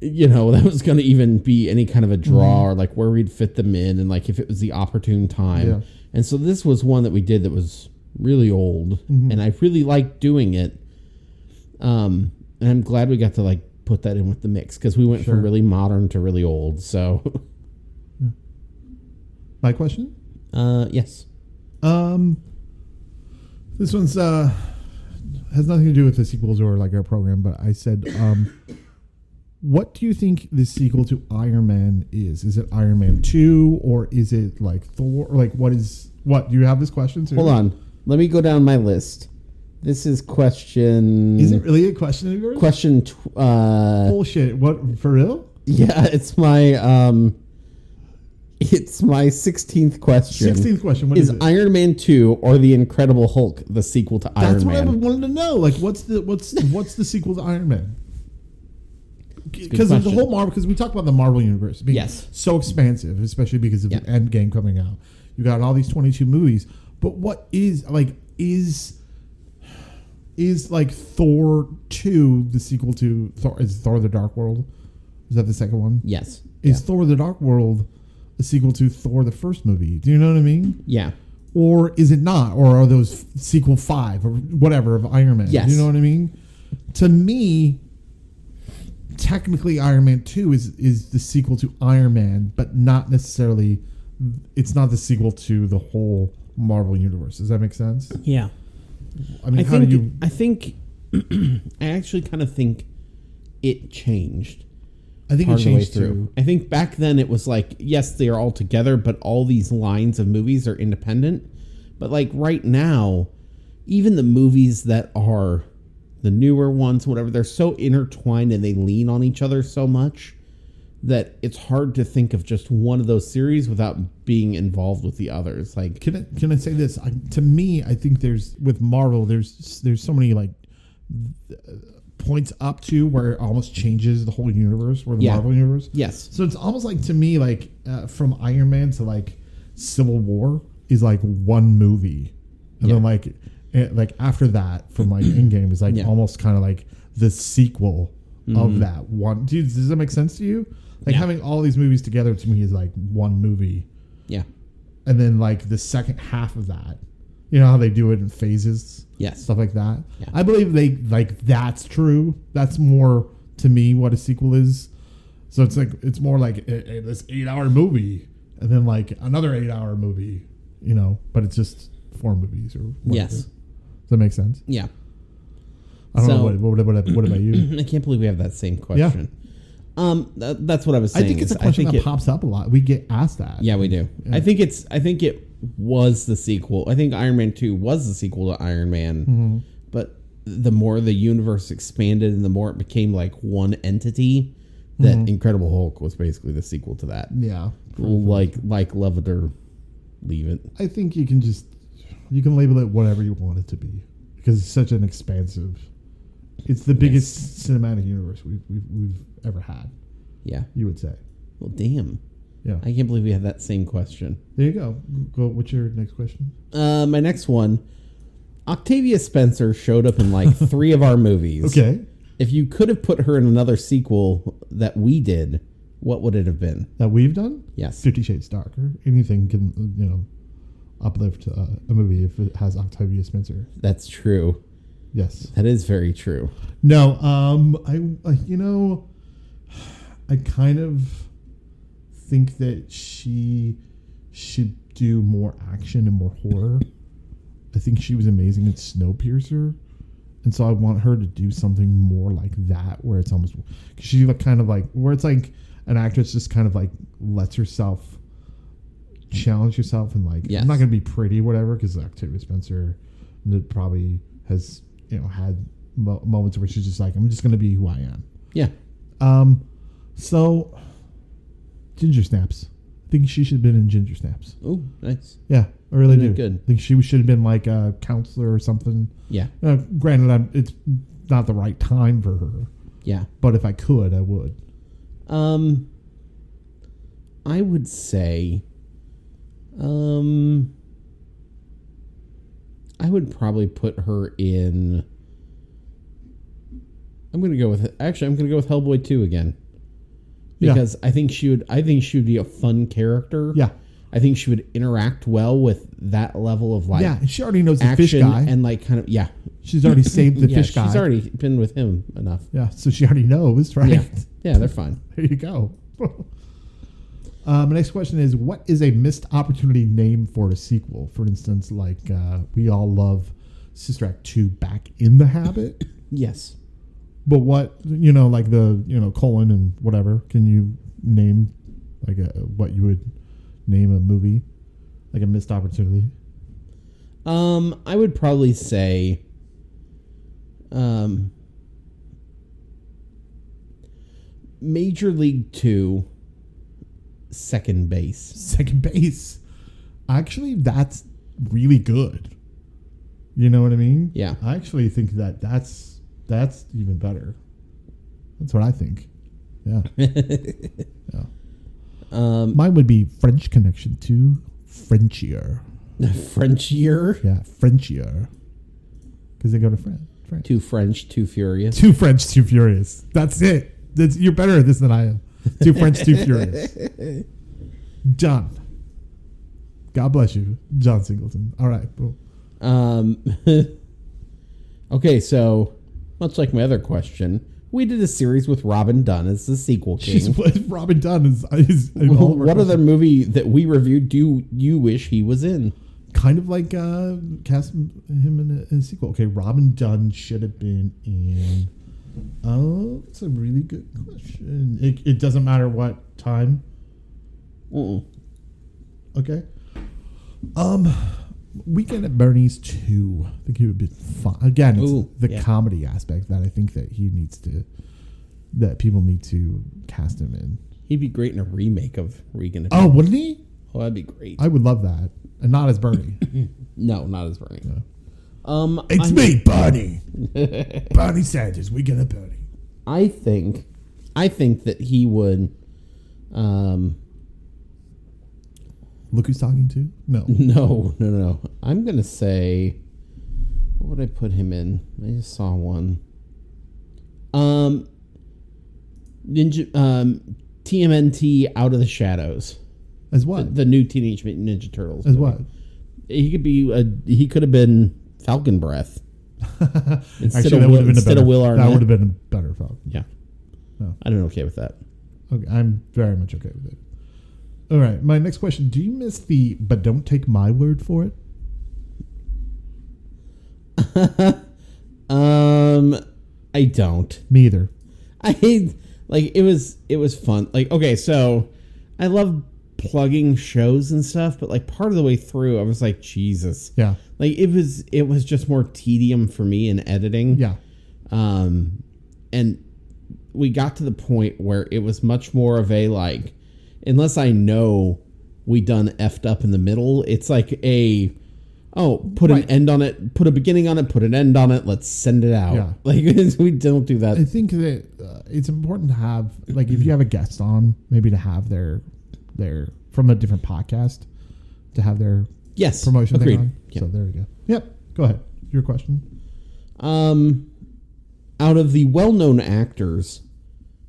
[SPEAKER 2] you know that was going to even be any kind of a draw
[SPEAKER 1] Mm-hmm.
[SPEAKER 2] or like where we'd fit them in and like if it was the opportune time
[SPEAKER 1] Yeah.
[SPEAKER 2] and so this was one that we did that was really old
[SPEAKER 1] Mm-hmm.
[SPEAKER 2] and i really liked doing it um and i'm glad we got to like put that in with the mix because we went
[SPEAKER 1] Sure.
[SPEAKER 2] from really modern to really old so
[SPEAKER 1] My question?
[SPEAKER 2] uh yes
[SPEAKER 1] Um, this one's uh has nothing to do with the sequels or like our program, but I said, um, what do you think the sequel to Iron Man is? Is it Iron Man Two or is it like Thor? Like, what is what? Do you have this question?
[SPEAKER 2] hold on let me go down my list this is question
[SPEAKER 1] Is it really a question of yours?
[SPEAKER 2] question tw- uh
[SPEAKER 1] Bullshit. What for real?
[SPEAKER 2] yeah it's my um it's my 16th question
[SPEAKER 1] Sixteenth question. What is,
[SPEAKER 2] is
[SPEAKER 1] it?
[SPEAKER 2] Iron Man 2 or The Incredible Hulk the sequel to
[SPEAKER 1] That's
[SPEAKER 2] Iron
[SPEAKER 1] what I
[SPEAKER 2] Man?
[SPEAKER 1] wanted to know. Like, what's the what's what's the sequel to Iron Man?
[SPEAKER 2] a good
[SPEAKER 1] Because the
[SPEAKER 2] question.
[SPEAKER 1] whole Marvel, because we talk about the Marvel universe being
[SPEAKER 2] Yes.
[SPEAKER 1] so expansive, especially because of the
[SPEAKER 2] Yeah.
[SPEAKER 1] End Game coming out. You got all these twenty two movies, but what is like is is like Thor two the sequel to Thor? Is Thor the Dark World? Is that the second one?
[SPEAKER 2] yes.
[SPEAKER 1] Is Thor the Dark World a sequel to Thor the first movie? Do you know what I mean?
[SPEAKER 2] Yeah.
[SPEAKER 1] or is it not? Or are those f- sequel five or whatever of Iron Man?
[SPEAKER 2] Yes.
[SPEAKER 1] You know what I mean? To me, technically Iron Man two is is the sequel to Iron Man, but not necessarily. It's not the sequel to the whole Marvel universe. Does that make sense?
[SPEAKER 2] Yeah.
[SPEAKER 1] I mean,
[SPEAKER 2] I
[SPEAKER 1] how
[SPEAKER 2] think
[SPEAKER 1] do you?
[SPEAKER 2] I think I actually kind of think it changed
[SPEAKER 1] I think it
[SPEAKER 2] part of the way
[SPEAKER 1] changed
[SPEAKER 2] through.
[SPEAKER 1] through.
[SPEAKER 2] I think back then it was like yes, they are all together, but all these lines of movies are independent. But like right now, even the movies that are the newer ones, whatever, they're so intertwined and they lean on each other so much that it's hard to think of just one of those series without being involved with the others. Like
[SPEAKER 1] Can I, can I say this? I, to me, I think there's with Marvel, there's there's so many like th- points up to where it almost changes the whole universe, where the
[SPEAKER 2] Yeah.
[SPEAKER 1] Marvel universe.
[SPEAKER 2] yes,
[SPEAKER 1] So it's almost like to me, like uh, from Iron Man to like Civil War is like one movie, and then
[SPEAKER 2] Yeah.
[SPEAKER 1] like it, like after that from like Endgame is like
[SPEAKER 2] Yeah. Mm-hmm.
[SPEAKER 1] almost kind of like the sequel of that one. Dude, does that make sense to you? Like
[SPEAKER 2] Yeah.
[SPEAKER 1] having all these movies together to me is like one movie,
[SPEAKER 2] yeah,
[SPEAKER 1] and then like the second half of that. You know how they do it in phases
[SPEAKER 2] yes,
[SPEAKER 1] stuff like that.
[SPEAKER 2] Yeah.
[SPEAKER 1] I believe they like that's true. That's more to me what a sequel is. So it's like it's more like eh, eh, this eight-hour movie, and then like another eight-hour movie, you know. But it's just four movies or whatever.
[SPEAKER 2] yes,
[SPEAKER 1] Does that make sense?
[SPEAKER 2] yeah.
[SPEAKER 1] I don't know
[SPEAKER 2] So-
[SPEAKER 1] what what, what, what about you?
[SPEAKER 2] I can't believe we have that same question. Um, th- that's what I was
[SPEAKER 1] I
[SPEAKER 2] saying.
[SPEAKER 1] think it's
[SPEAKER 2] is
[SPEAKER 1] a question
[SPEAKER 2] I
[SPEAKER 1] that
[SPEAKER 2] think it-
[SPEAKER 1] pops up a lot. We get asked that.
[SPEAKER 2] Yeah, we do. I think it's. I think it was the sequel. I think Iron Man Two was the sequel to Iron Man, but the more the universe expanded and the more it became like one entity, that Incredible Hulk was basically the sequel to that.
[SPEAKER 1] yeah.
[SPEAKER 2] Like, like love it or leave it.
[SPEAKER 1] I think you can just you can label it whatever you want it to be because it's such an expansive. It's the biggest cinematic universe we've, we've we've ever had.
[SPEAKER 2] Yeah.
[SPEAKER 1] You would say,
[SPEAKER 2] Well, damn.
[SPEAKER 1] yeah.
[SPEAKER 2] I can't believe we had that same question.
[SPEAKER 1] there you go. Go. What's your next question?
[SPEAKER 2] Uh, my next one. Octavia Spencer showed up in like three of our movies.
[SPEAKER 1] Okay,
[SPEAKER 2] If you could have put her in another sequel that we did, what would it have been?
[SPEAKER 1] that we've done.
[SPEAKER 2] Yes.
[SPEAKER 1] Fifty Shades Darker. Anything can you know uplift uh, a movie if it has Octavia Spencer.
[SPEAKER 2] That's true.
[SPEAKER 1] Yes.
[SPEAKER 2] That is very true.
[SPEAKER 1] No. Um. I. I you know. I kind of think that she should do more action and more horror. I think she was amazing in Snowpiercer, and so I want her to do something more like that, where it's almost 'cause she like kind of like where it's like an actress just kind of like lets herself challenge herself and like
[SPEAKER 2] Yes.
[SPEAKER 1] I'm not gonna be pretty whatever because Octavia Spencer that probably has you know had mo- moments where she's just like I'm just gonna be who I am.
[SPEAKER 2] Yeah.
[SPEAKER 1] Um, so ginger snaps. think she should have been in Ginger Snaps.
[SPEAKER 2] Oh, nice.
[SPEAKER 1] Yeah, I really
[SPEAKER 2] That'd
[SPEAKER 1] do.
[SPEAKER 2] be good.
[SPEAKER 1] think she should have been like a counselor or something.
[SPEAKER 2] Yeah,
[SPEAKER 1] Uh, granted, I'm, it's not the right time for her,
[SPEAKER 2] yeah.
[SPEAKER 1] but if I could, I would.
[SPEAKER 2] Um, I would say, um, I would probably put her in. I'm gonna go with actually. I'm gonna go with Hellboy two again
[SPEAKER 1] Yeah.
[SPEAKER 2] because I think she would. I think she would be a fun character.
[SPEAKER 1] Yeah,
[SPEAKER 2] I think she would interact well with that level of like
[SPEAKER 1] yeah. She already knows the
[SPEAKER 2] action
[SPEAKER 1] fish guy.
[SPEAKER 2] and like kind of yeah.
[SPEAKER 1] she's already saved the
[SPEAKER 2] yeah,
[SPEAKER 1] fish
[SPEAKER 2] she's
[SPEAKER 1] guy.
[SPEAKER 2] already been with him enough.
[SPEAKER 1] yeah, so she already knows, right?
[SPEAKER 2] Yeah, yeah, they're fine.
[SPEAKER 1] There you go. um, next question is What is a missed opportunity name for a sequel? For instance, like uh, we all love Sister Act 2 Back in the Habit.
[SPEAKER 2] Yes.
[SPEAKER 1] But what, you know, like the, you know, colon and whatever, can you name like a, what you would name a movie? Like a missed opportunity?
[SPEAKER 2] Um, I would probably say, um, Major League Two, second base.
[SPEAKER 1] Second base. Actually, that's really good. You know what I mean?
[SPEAKER 2] Yeah.
[SPEAKER 1] I actually think that that's that's even better. That's what I think. Yeah. yeah.
[SPEAKER 2] Um,
[SPEAKER 1] Mine would be French connection to Frenchier.
[SPEAKER 2] Frenchier,
[SPEAKER 1] Yeah, Frenchier. Because they go to France. France.
[SPEAKER 2] too French, too furious.
[SPEAKER 1] Too French, too furious. That's it. That's, you're better at this than I am. Too French, too furious. Done. God bless you, John Singleton. All right. Boom.
[SPEAKER 2] Um, okay, so much like my other question, we did a series with Robin Dunn as the sequel king.
[SPEAKER 1] She's what Robin Dunn is. is in all of our
[SPEAKER 2] what
[SPEAKER 1] questions.
[SPEAKER 2] other movie that we reviewed do you wish he was in?
[SPEAKER 1] kind of like uh, cast him in a, in a sequel. Okay, Robin Dunn should have been in. Oh, that's a really good question. It, it doesn't matter what time.
[SPEAKER 2] Mm-mm.
[SPEAKER 1] Okay. Um, Weekend at Bernie's two. I think he would be fun. Again, it's
[SPEAKER 2] Ooh,
[SPEAKER 1] the
[SPEAKER 2] yeah.
[SPEAKER 1] comedy aspect that I think that he needs to, that people need to cast him in.
[SPEAKER 2] He'd be great in a remake of Regan.
[SPEAKER 1] Oh, wouldn't he?
[SPEAKER 2] Oh, that'd be great.
[SPEAKER 1] I would love that, and not as Bernie.
[SPEAKER 2] no, not as Bernie. Um,
[SPEAKER 1] It's
[SPEAKER 2] I,
[SPEAKER 1] me, Bernie. Bernie Sanders. We get a Bernie.
[SPEAKER 2] I think, I think that he would. Um,
[SPEAKER 1] Look who's talking to? No.
[SPEAKER 2] Mm-hmm. no, no, no. I'm gonna say, what would I put him in? I just saw one. Um, Ninja, um, TMNT out of the shadows.
[SPEAKER 1] As what?
[SPEAKER 2] The new Teenage Mutant Ninja Turtles.
[SPEAKER 1] As
[SPEAKER 2] movie.
[SPEAKER 1] what?
[SPEAKER 2] He could be a. He could have been Falcon Breath. instead
[SPEAKER 1] Actually,
[SPEAKER 2] of
[SPEAKER 1] that
[SPEAKER 2] Will,
[SPEAKER 1] would have been a
[SPEAKER 2] instead
[SPEAKER 1] better.
[SPEAKER 2] of Will Arnett.
[SPEAKER 1] that would have been a better Falcon.
[SPEAKER 2] Yeah.
[SPEAKER 1] Oh.
[SPEAKER 2] I don't okay with that.
[SPEAKER 1] Okay, I'm very much okay with it. All right, my next question: Do you miss the "but don't take my word for it"?
[SPEAKER 2] Um, I don't.
[SPEAKER 1] Me either.
[SPEAKER 2] I like it was it was fun. Like okay, so I love plugging shows and stuff, but like part of the way through, I was like Jesus.
[SPEAKER 1] Yeah,
[SPEAKER 2] Like it was it was just more tedium for me in editing.
[SPEAKER 1] yeah,
[SPEAKER 2] Um, and we got to the point where it was much more of a like, unless I know we done effed up in the middle, it's like a, oh, put an
[SPEAKER 1] Right.
[SPEAKER 2] end on it, put a beginning on it, put an end on it, let's send it out.
[SPEAKER 1] Yeah.
[SPEAKER 2] Like we don't do
[SPEAKER 1] I
[SPEAKER 2] that.
[SPEAKER 1] think that uh, it's important to have, like, if you have a guest on, maybe to have their their from a different podcast to have their
[SPEAKER 2] Yes,
[SPEAKER 1] promotion
[SPEAKER 2] agreed.
[SPEAKER 1] thing on.
[SPEAKER 2] Yeah.
[SPEAKER 1] So there we go. Yep. Go ahead. Your question.
[SPEAKER 2] Um, out of the well-known actors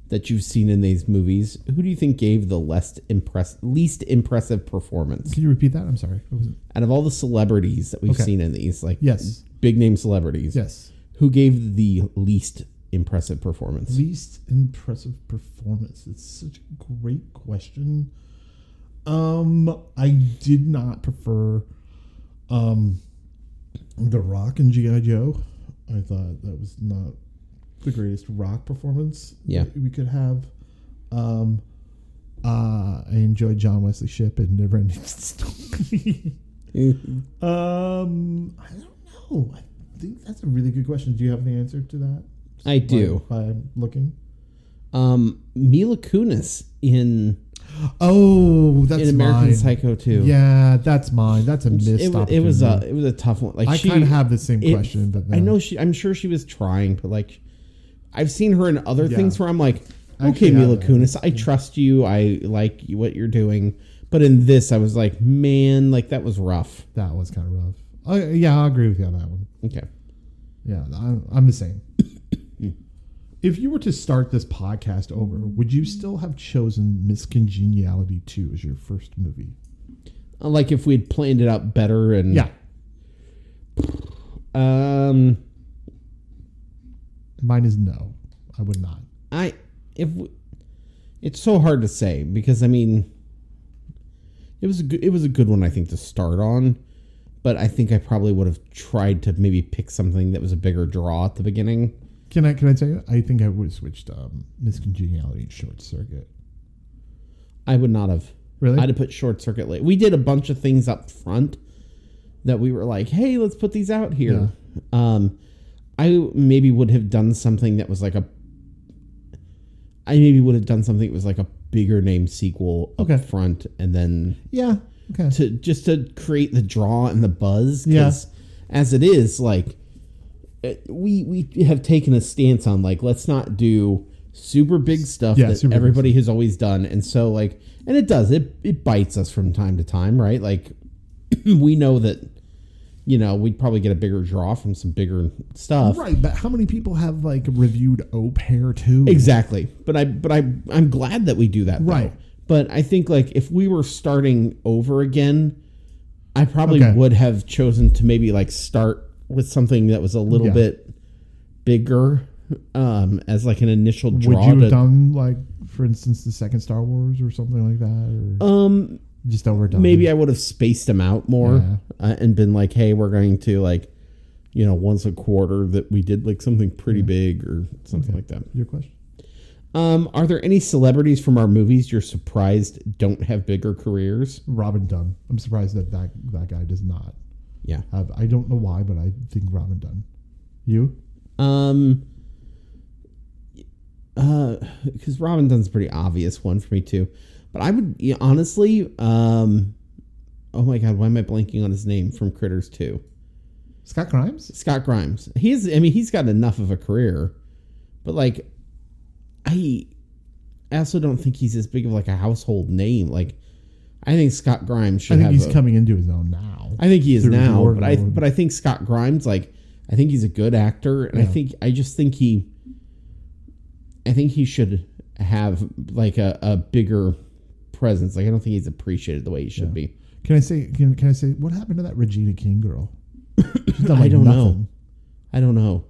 [SPEAKER 2] that you've seen in these movies, who do you think gave the less impress least impressive performance?
[SPEAKER 1] Can you repeat that? I'm sorry. What was it?
[SPEAKER 2] out of all the celebrities that we've
[SPEAKER 1] Okay.
[SPEAKER 2] seen in these, like
[SPEAKER 1] Yes.
[SPEAKER 2] big name celebrities,
[SPEAKER 1] Yes.
[SPEAKER 2] who gave the least impressive performance?
[SPEAKER 1] Least impressive performance. It's such a great question. Um, I did not prefer um The Rock and G.I. Joe. I thought that was not the greatest rock performance
[SPEAKER 2] Yeah.
[SPEAKER 1] that we could have. Um uh I enjoyed John Wesley Ship and Never Ending Story.
[SPEAKER 2] Mm,
[SPEAKER 1] um I don't know. I think that's a really good question. Do you have an answer to that?
[SPEAKER 2] I do.
[SPEAKER 1] By, by looking.
[SPEAKER 2] Um, Mila Kunis in
[SPEAKER 1] Oh, that's
[SPEAKER 2] in American
[SPEAKER 1] mine.
[SPEAKER 2] Psycho 2.
[SPEAKER 1] Yeah, that's mine. That's a missed
[SPEAKER 2] It, wa-
[SPEAKER 1] opportunity.
[SPEAKER 2] it was a it was a tough one. Like
[SPEAKER 1] I
[SPEAKER 2] she-
[SPEAKER 1] kind of have the same
[SPEAKER 2] it-
[SPEAKER 1] question, but
[SPEAKER 2] I
[SPEAKER 1] no.
[SPEAKER 2] know she. I'm sure she was trying, but like, I've seen her in other
[SPEAKER 1] Yeah.
[SPEAKER 2] things where I'm like, okay,
[SPEAKER 1] Actually, I
[SPEAKER 2] Mila
[SPEAKER 1] know.
[SPEAKER 2] Kunis, I trust you. I like you- what you're doing. But in this, I was like, man, like that was rough.
[SPEAKER 1] that was kind of rough. Oh, yeah, I agree with you on that one.
[SPEAKER 2] Okay.
[SPEAKER 1] Yeah, I'm, I'm the same. if you were to start this podcast over, would you still have chosen Miss Congeniality 2 as your first movie?
[SPEAKER 2] Uh, Like if we'd planned it out better and
[SPEAKER 1] Yeah,
[SPEAKER 2] Um,
[SPEAKER 1] mine is no. I would not.
[SPEAKER 2] I if w- it's so hard to say because I mean, it was a good, it was a good one I think to start on, but I think I probably would have tried to maybe pick something that was a bigger draw at the beginning.
[SPEAKER 1] Can I can I tell you? I think I would have switched um, Miss Congeniality and Short Circuit.
[SPEAKER 2] I would not have.
[SPEAKER 1] Really?
[SPEAKER 2] I'd have put short circuit late. We did a bunch of things up front that we were like, hey, let's put these out here. Um, I maybe would have done something that was like a. I maybe would have done something that was like a bigger name sequel up
[SPEAKER 1] Okay.
[SPEAKER 2] front, and then
[SPEAKER 1] yeah. Okay.
[SPEAKER 2] to just to create the draw and the buzz. 'cause
[SPEAKER 1] Yeah.
[SPEAKER 2] As it is, like it- we we have taken a stance on like let's not do super big stuff
[SPEAKER 1] Yeah,
[SPEAKER 2] that
[SPEAKER 1] super big
[SPEAKER 2] everybody has always done, and so like and it does it it bites us from time to time, right? Like we know that you know we'd probably get a bigger draw from some bigger stuff.
[SPEAKER 1] Right, but how many people have like reviewed Au Pair 2?
[SPEAKER 2] Exactly. But I but I I'm glad that we do that. though.
[SPEAKER 1] Right.
[SPEAKER 2] But I think like if we were starting over again, I probably
[SPEAKER 1] Okay.
[SPEAKER 2] would have chosen to maybe like start with something that was a little
[SPEAKER 1] Yeah.
[SPEAKER 2] bit bigger um as like an initial
[SPEAKER 1] Would
[SPEAKER 2] draw
[SPEAKER 1] you
[SPEAKER 2] to-
[SPEAKER 1] have done like, for instance, the second Star Wars or something like that, or
[SPEAKER 2] um
[SPEAKER 1] just overdone?
[SPEAKER 2] maybe I would have spaced them out more
[SPEAKER 1] Um, Yeah.
[SPEAKER 2] uh, and been like, "Hey, we're going to like you know, once a quarter that we did like something pretty big or something like that."
[SPEAKER 1] your question.
[SPEAKER 2] Um, are there any celebrities from our movies you're surprised don't have bigger careers?
[SPEAKER 1] Robin Dunn. I'm surprised that that, that guy does not
[SPEAKER 2] Yeah.
[SPEAKER 1] have. I don't know why, but I think Robin Dunn. You?
[SPEAKER 2] Um. Uh, because Robin Dunn's a pretty obvious one for me too, but I would yeah, honestly, um, oh my god, why am I blanking on his name from Critters Two?
[SPEAKER 1] Scott Grimes?
[SPEAKER 2] Scott Grimes. He's, I mean, he's got enough of a career, but like, I, I also don't think he's as big of like a household name. Like, I think Scott Grimes should
[SPEAKER 1] I think
[SPEAKER 2] have.
[SPEAKER 1] he's
[SPEAKER 2] a-
[SPEAKER 1] coming into his own now.
[SPEAKER 2] I think he is
[SPEAKER 1] through
[SPEAKER 2] now,
[SPEAKER 1] Jordan
[SPEAKER 2] but I
[SPEAKER 1] Lord.
[SPEAKER 2] but I think Scott Grimes like I think he's a good actor, and I
[SPEAKER 1] Yeah.
[SPEAKER 2] think I just think he, I think he should have like a, a bigger presence. Like I don't think he's appreciated the way he should be.
[SPEAKER 1] can I say? Can, can I say what happened to that Regina King girl? She's done,
[SPEAKER 2] I don't know.
[SPEAKER 1] nothing.
[SPEAKER 2] I don't know.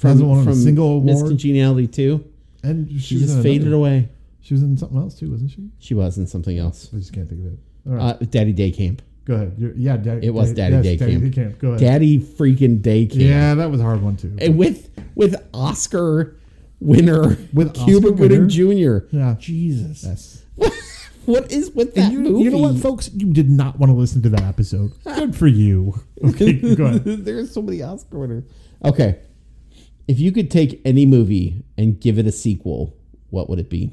[SPEAKER 1] Hasn't won a single
[SPEAKER 2] Miss
[SPEAKER 1] award?
[SPEAKER 2] Congeniality too.
[SPEAKER 1] And she,
[SPEAKER 2] She
[SPEAKER 1] was
[SPEAKER 2] just
[SPEAKER 1] in
[SPEAKER 2] faded
[SPEAKER 1] another-
[SPEAKER 2] away.
[SPEAKER 1] She was in something else too, wasn't she?
[SPEAKER 2] She was in something else.
[SPEAKER 1] I just can't think of it. All right,
[SPEAKER 2] Uh, Daddy Day Camp.
[SPEAKER 1] go ahead. You're, yeah, Daddy,
[SPEAKER 2] it was Daddy Day
[SPEAKER 1] Daddy
[SPEAKER 2] Camp.
[SPEAKER 1] Day Camp. Go ahead.
[SPEAKER 2] Daddy freaking Day Camp.
[SPEAKER 1] yeah, that was a hard one too.
[SPEAKER 2] And eh, with with Oscar winner
[SPEAKER 1] With
[SPEAKER 2] Cuba
[SPEAKER 1] Oscar
[SPEAKER 2] Gooding Jr.
[SPEAKER 1] yeah.
[SPEAKER 2] Jesus.
[SPEAKER 1] Yes.
[SPEAKER 2] what is with that
[SPEAKER 1] And you,
[SPEAKER 2] movie?
[SPEAKER 1] you know what, folks? You did not want to listen to that episode. Good for you. Okay, go ahead.
[SPEAKER 2] There's so many Oscar winners. Okay. If you could take any movie and give it a sequel, what would it be?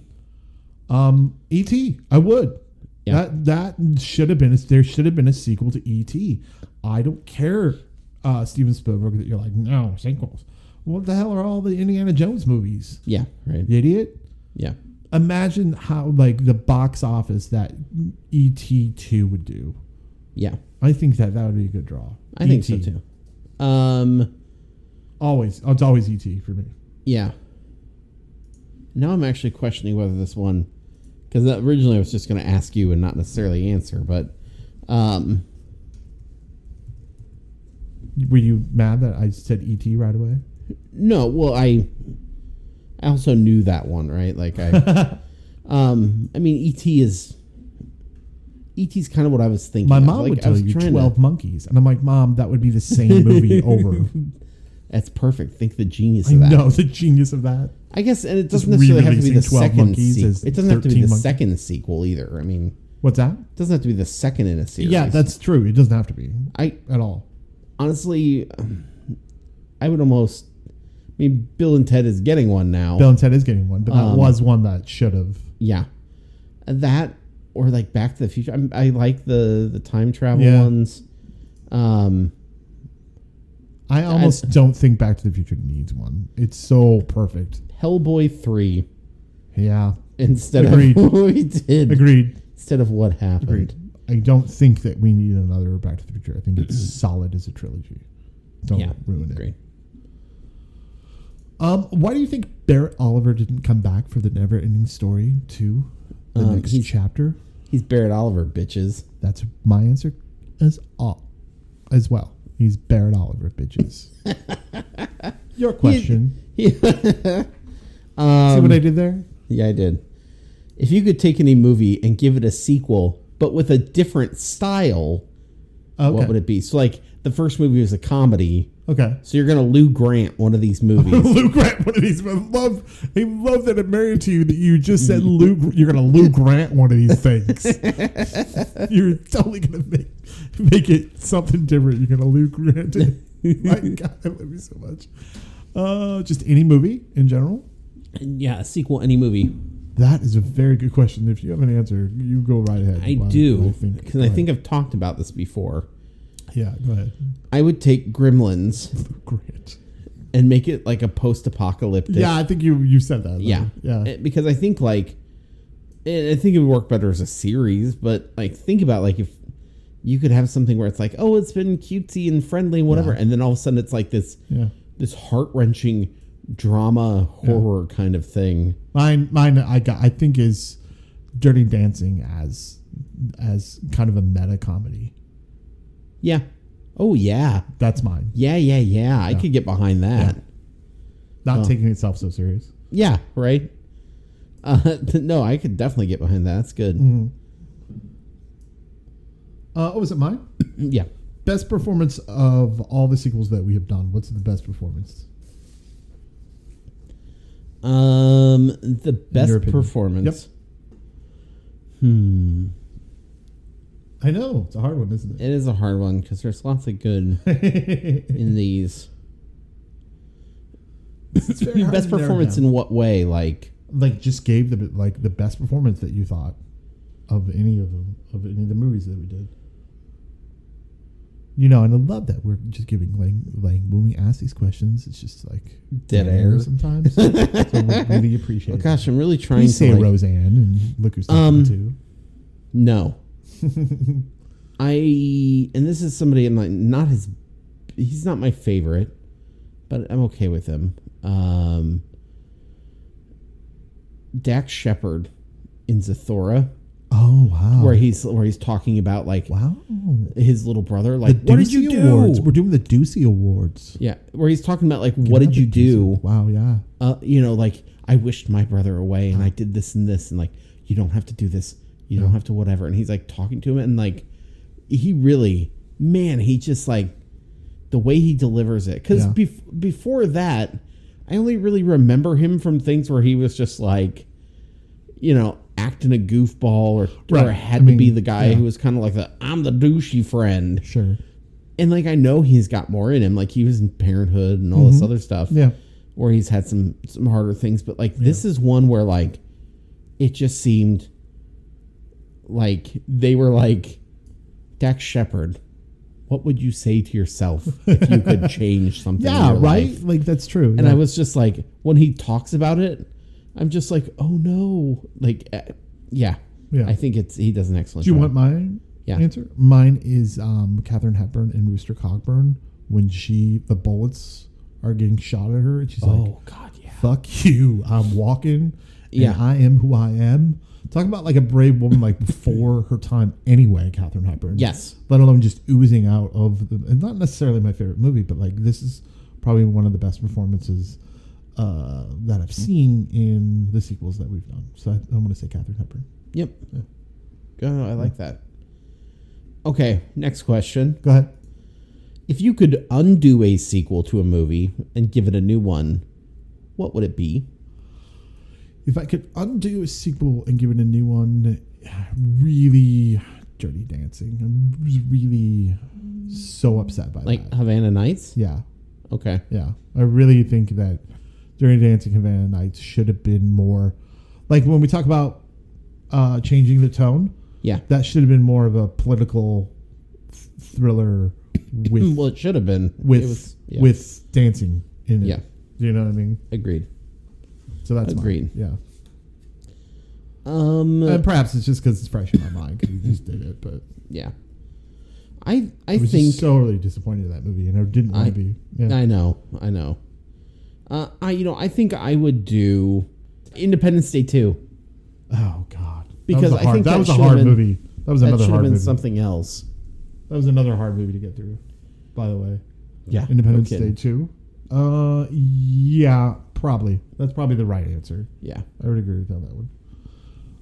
[SPEAKER 1] Um, E.T. I would.
[SPEAKER 2] Yeah.
[SPEAKER 1] That that should have been a, there should have been a sequel to E.T. I don't care, uh, Steven Spielberg, that you're like no sequels. What the hell are all the Indiana Jones movies?
[SPEAKER 2] Yeah, right.
[SPEAKER 1] You idiot!
[SPEAKER 2] Yeah.
[SPEAKER 1] Imagine how like the box office that E.T. two would do.
[SPEAKER 2] Yeah.
[SPEAKER 1] I think that that would be a good draw. E
[SPEAKER 2] I think so
[SPEAKER 1] E.T..
[SPEAKER 2] too. Um
[SPEAKER 1] Always, oh, it's always E.T. for me.
[SPEAKER 2] yeah. Now I'm actually questioning whether this one because originally I was just going to ask you and not necessarily answer, but um
[SPEAKER 1] Were you mad that I said E.T. right away?
[SPEAKER 2] No, well, I I also knew that one, right? Like I, um, I mean, ET is ET is kind of what I was thinking.
[SPEAKER 1] My
[SPEAKER 2] of.
[SPEAKER 1] mom
[SPEAKER 2] Like,
[SPEAKER 1] would
[SPEAKER 2] I
[SPEAKER 1] tell
[SPEAKER 2] was
[SPEAKER 1] you
[SPEAKER 2] trying to-
[SPEAKER 1] 12 monkeys. And I'm like, Mom, that would be the same movie over.
[SPEAKER 2] that's perfect. Think the genius
[SPEAKER 1] I
[SPEAKER 2] of that.
[SPEAKER 1] know the genius of that.
[SPEAKER 2] I guess, and it doesn't
[SPEAKER 1] Just
[SPEAKER 2] necessarily have to be
[SPEAKER 1] re-releasing
[SPEAKER 2] the
[SPEAKER 1] 12
[SPEAKER 2] second.
[SPEAKER 1] monkeys
[SPEAKER 2] sequel.
[SPEAKER 1] as
[SPEAKER 2] It doesn't have to be
[SPEAKER 1] 13
[SPEAKER 2] the
[SPEAKER 1] monkeys.
[SPEAKER 2] second sequel either. I mean,
[SPEAKER 1] What's that?
[SPEAKER 2] it doesn't have to be the second in a series.
[SPEAKER 1] Yeah, that's true. It doesn't have to be
[SPEAKER 2] I
[SPEAKER 1] at all.
[SPEAKER 2] honestly, um, I would almost. I mean, Bill and Ted is getting one now.
[SPEAKER 1] Bill and Ted is getting one, but that
[SPEAKER 2] Um,
[SPEAKER 1] was one that should have.
[SPEAKER 2] Yeah. that or like Back to the Future. I'm, I like the the time travel
[SPEAKER 1] Yeah.
[SPEAKER 2] ones. Um,
[SPEAKER 1] I almost don't think Back to the Future needs one. It's so perfect.
[SPEAKER 2] Hellboy three
[SPEAKER 1] Yeah,
[SPEAKER 2] instead
[SPEAKER 1] Agreed.
[SPEAKER 2] of what we did
[SPEAKER 1] agreed.
[SPEAKER 2] instead of what happened.
[SPEAKER 1] Agreed. I don't think that we need another Back to the Future. I think it's solid as a trilogy. Don't
[SPEAKER 2] Yeah,
[SPEAKER 1] ruin it.
[SPEAKER 2] Agreed.
[SPEAKER 1] Um, why do you think Barrett Oliver didn't come back for the Never Ending Story two, the
[SPEAKER 2] Um,
[SPEAKER 1] next
[SPEAKER 2] he-
[SPEAKER 1] chapter?
[SPEAKER 2] He's Barrett Oliver, bitches.
[SPEAKER 1] That's my answer as all as well. He's Barrett Oliver, bitches. Your question. See
[SPEAKER 2] Um,
[SPEAKER 1] what I did there?
[SPEAKER 2] Yeah, I did. If you could take any movie and give it a sequel, but with a different style,
[SPEAKER 1] Okay.
[SPEAKER 2] what would it be? So, like, the first movie was a comedy.
[SPEAKER 1] okay.
[SPEAKER 2] So, you're going to Lou Grant one of these movies.
[SPEAKER 1] Lou Grant, one of these. I love, I love that I'm married to you. That you just said
[SPEAKER 2] Mm-hmm.
[SPEAKER 1] Lou. You're gonna Lou Grant one of these things. you're totally gonna make make it something different. You're gonna Lou Grant it. My God, I love you so much. Uh, just any movie in general.
[SPEAKER 2] yeah, a sequel, any movie.
[SPEAKER 1] That is a very good question. If you have an answer, you go right ahead.
[SPEAKER 2] I
[SPEAKER 1] Why-
[SPEAKER 2] do.
[SPEAKER 1] I
[SPEAKER 2] Because I
[SPEAKER 1] go
[SPEAKER 2] think I've talked about this before.
[SPEAKER 1] ahead. Yeah. Go ahead.
[SPEAKER 2] I would take Gremlins
[SPEAKER 1] Lou Grant.
[SPEAKER 2] and make it like a post apocalyptic.
[SPEAKER 1] Yeah, I think you you said that.
[SPEAKER 2] Yeah.
[SPEAKER 1] Yeah.
[SPEAKER 2] Eh, Because I think like eh, I think it would work better as a series, but like think about like if you could have something where it's like, oh, it's been cutesy and friendly and whatever,
[SPEAKER 1] Yeah.
[SPEAKER 2] and then all of a sudden it's like this
[SPEAKER 1] Yeah.
[SPEAKER 2] this heart wrenching drama horror kind of thing.
[SPEAKER 1] Mine, mine, I got. I think is Dirty Dancing as as kind of a meta comedy.
[SPEAKER 2] Yeah. Oh yeah.
[SPEAKER 1] That's mine.
[SPEAKER 2] Yeah, yeah, yeah. I
[SPEAKER 1] Yeah.
[SPEAKER 2] could get behind that.
[SPEAKER 1] Not taking itself so serious.
[SPEAKER 2] Yeah, right. Uh, no, I could definitely get behind that. That's good.
[SPEAKER 1] Mm. Mm-hmm. Uh, oh, was it mine?
[SPEAKER 2] Yeah.
[SPEAKER 1] Best performance of all the sequels that we have done. What's the best performance?
[SPEAKER 2] Um, the
[SPEAKER 1] your
[SPEAKER 2] best
[SPEAKER 1] opinion.
[SPEAKER 2] performance. Hmm.
[SPEAKER 1] I know it's a hard one, isn't
[SPEAKER 2] It is a hard one because there's lots of good
[SPEAKER 1] it?
[SPEAKER 2] in these.
[SPEAKER 1] it's very hard
[SPEAKER 2] Best
[SPEAKER 1] to narrow
[SPEAKER 2] performance
[SPEAKER 1] down.
[SPEAKER 2] in what way? Like,
[SPEAKER 1] like just gave the like the best performance that you thought of any of them of any of the movies that we did. You know, and I love that we're just giving like like when we ask these questions, it's just like
[SPEAKER 2] Dead air.
[SPEAKER 1] sometimes. so we really appreciate.
[SPEAKER 2] oh
[SPEAKER 1] it.
[SPEAKER 2] gosh, I'm really trying
[SPEAKER 1] we
[SPEAKER 2] to
[SPEAKER 1] say
[SPEAKER 2] like-
[SPEAKER 1] Roseanne and look who's
[SPEAKER 2] Um,
[SPEAKER 1] talking too.
[SPEAKER 2] No, I and this is somebody I'm like not his. He's not my favorite, but I'm okay with him. Um, Dax Shepard in Zathura,
[SPEAKER 1] Oh wow!
[SPEAKER 2] where he's where he's talking about like
[SPEAKER 1] wow.
[SPEAKER 2] his little brother, like what did you
[SPEAKER 1] Doocy
[SPEAKER 2] do?
[SPEAKER 1] Awards. We're doing the Doocy Awards.
[SPEAKER 2] Yeah, where he's talking about like what did
[SPEAKER 1] Another
[SPEAKER 2] you
[SPEAKER 1] Doocy-
[SPEAKER 2] do?
[SPEAKER 1] Wow, yeah.
[SPEAKER 2] uh, you know, like I wished my brother away and I did this and this and like you don't have to do this, you don't have to whatever. And he's like talking to him and like he really, man, he just like the way he delivers it. Because
[SPEAKER 1] Yeah.
[SPEAKER 2] bef- before that, I only really remember him from things where he was just like, you know, acting a goofball or, or
[SPEAKER 1] Right.
[SPEAKER 2] had
[SPEAKER 1] I
[SPEAKER 2] to be
[SPEAKER 1] mean,
[SPEAKER 2] the guy
[SPEAKER 1] yeah.
[SPEAKER 2] who was kind of like the I'm the douchey friend.
[SPEAKER 1] Sure.
[SPEAKER 2] And like I know he's got more in him. Like he was in Parenthood and all
[SPEAKER 1] Mm-hmm.
[SPEAKER 2] this other stuff
[SPEAKER 1] Yeah.
[SPEAKER 2] where he's had some some harder things but like this is one where like it just seemed like they were like Dax Shepard what would you say to yourself if you could change something in
[SPEAKER 1] Yeah,
[SPEAKER 2] your
[SPEAKER 1] right?
[SPEAKER 2] life?
[SPEAKER 1] Like that's true.
[SPEAKER 2] and
[SPEAKER 1] yeah.
[SPEAKER 2] i was just like when he talks about it i'm just like oh no like eh, yeah
[SPEAKER 1] Yeah.
[SPEAKER 2] i think it's he does an excellent
[SPEAKER 1] Do you
[SPEAKER 2] job
[SPEAKER 1] want my
[SPEAKER 2] Yeah.
[SPEAKER 1] answer? Mine is um, Catherine Hepburn and Rooster Cogburn when she the bullets are getting shot at her and she's like,
[SPEAKER 2] oh god yeah
[SPEAKER 1] "Fuck you, I'm walking.
[SPEAKER 2] Yeah.
[SPEAKER 1] and I am who I am." Talking about like a brave woman like before her time anyway, Catherine Hepburn.
[SPEAKER 2] yes
[SPEAKER 1] let alone just oozing out of the. And not necessarily my favorite movie, but like this is probably one of the best performances. Uh, that I've seen in the sequels that we've done, so I, I'm going to say Catherine Hepburn.
[SPEAKER 2] yep oh, i like that okay next question
[SPEAKER 1] Go ahead.
[SPEAKER 2] If you could undo a sequel to a movie and give it a new one, what would it be?
[SPEAKER 1] If I could undo a sequel and give it a new one, really Dirty Dancing. I was really so upset by
[SPEAKER 2] Like
[SPEAKER 1] that.
[SPEAKER 2] Havana Nights?
[SPEAKER 1] Yeah,
[SPEAKER 2] Okay.
[SPEAKER 1] yeah. I really think that Dirty Dancing Havana Nights should have been more like when we talk about uh, changing the tone.
[SPEAKER 2] Yeah.
[SPEAKER 1] That should have been more of a political th- thriller with
[SPEAKER 2] Well, it should have been
[SPEAKER 1] with
[SPEAKER 2] It was- yeah.
[SPEAKER 1] with dancing in it.
[SPEAKER 2] Yeah.
[SPEAKER 1] Do you know what I mean?
[SPEAKER 2] Agreed.
[SPEAKER 1] So that's mine.
[SPEAKER 2] Agreed.
[SPEAKER 1] Yeah.
[SPEAKER 2] Um.
[SPEAKER 1] and perhaps it's just because it's fresh in my mind because we just did it, but
[SPEAKER 2] yeah. I I
[SPEAKER 1] I was uh,
[SPEAKER 2] think
[SPEAKER 1] just so really disappointed in that movie, and I didn't want
[SPEAKER 2] I-
[SPEAKER 1] to be. Yeah.
[SPEAKER 2] I know, I know. Uh, I you know I think I would do Independence Day two.
[SPEAKER 1] oh God, that
[SPEAKER 2] Because
[SPEAKER 1] was a
[SPEAKER 2] I
[SPEAKER 1] hard,
[SPEAKER 2] think
[SPEAKER 1] that,
[SPEAKER 2] that
[SPEAKER 1] was a
[SPEAKER 2] should've
[SPEAKER 1] hard
[SPEAKER 2] been-
[SPEAKER 1] movie. That was
[SPEAKER 2] That
[SPEAKER 1] another
[SPEAKER 2] should have
[SPEAKER 1] hard
[SPEAKER 2] been
[SPEAKER 1] movie.
[SPEAKER 2] something else.
[SPEAKER 1] That was another hard movie to get through. By the way,
[SPEAKER 2] Yeah,
[SPEAKER 1] Independence
[SPEAKER 2] no
[SPEAKER 1] Day
[SPEAKER 2] kidding.
[SPEAKER 1] two. Uh, yeah, probably. That's probably the right answer.
[SPEAKER 2] Yeah,
[SPEAKER 1] I would agree with you on that one.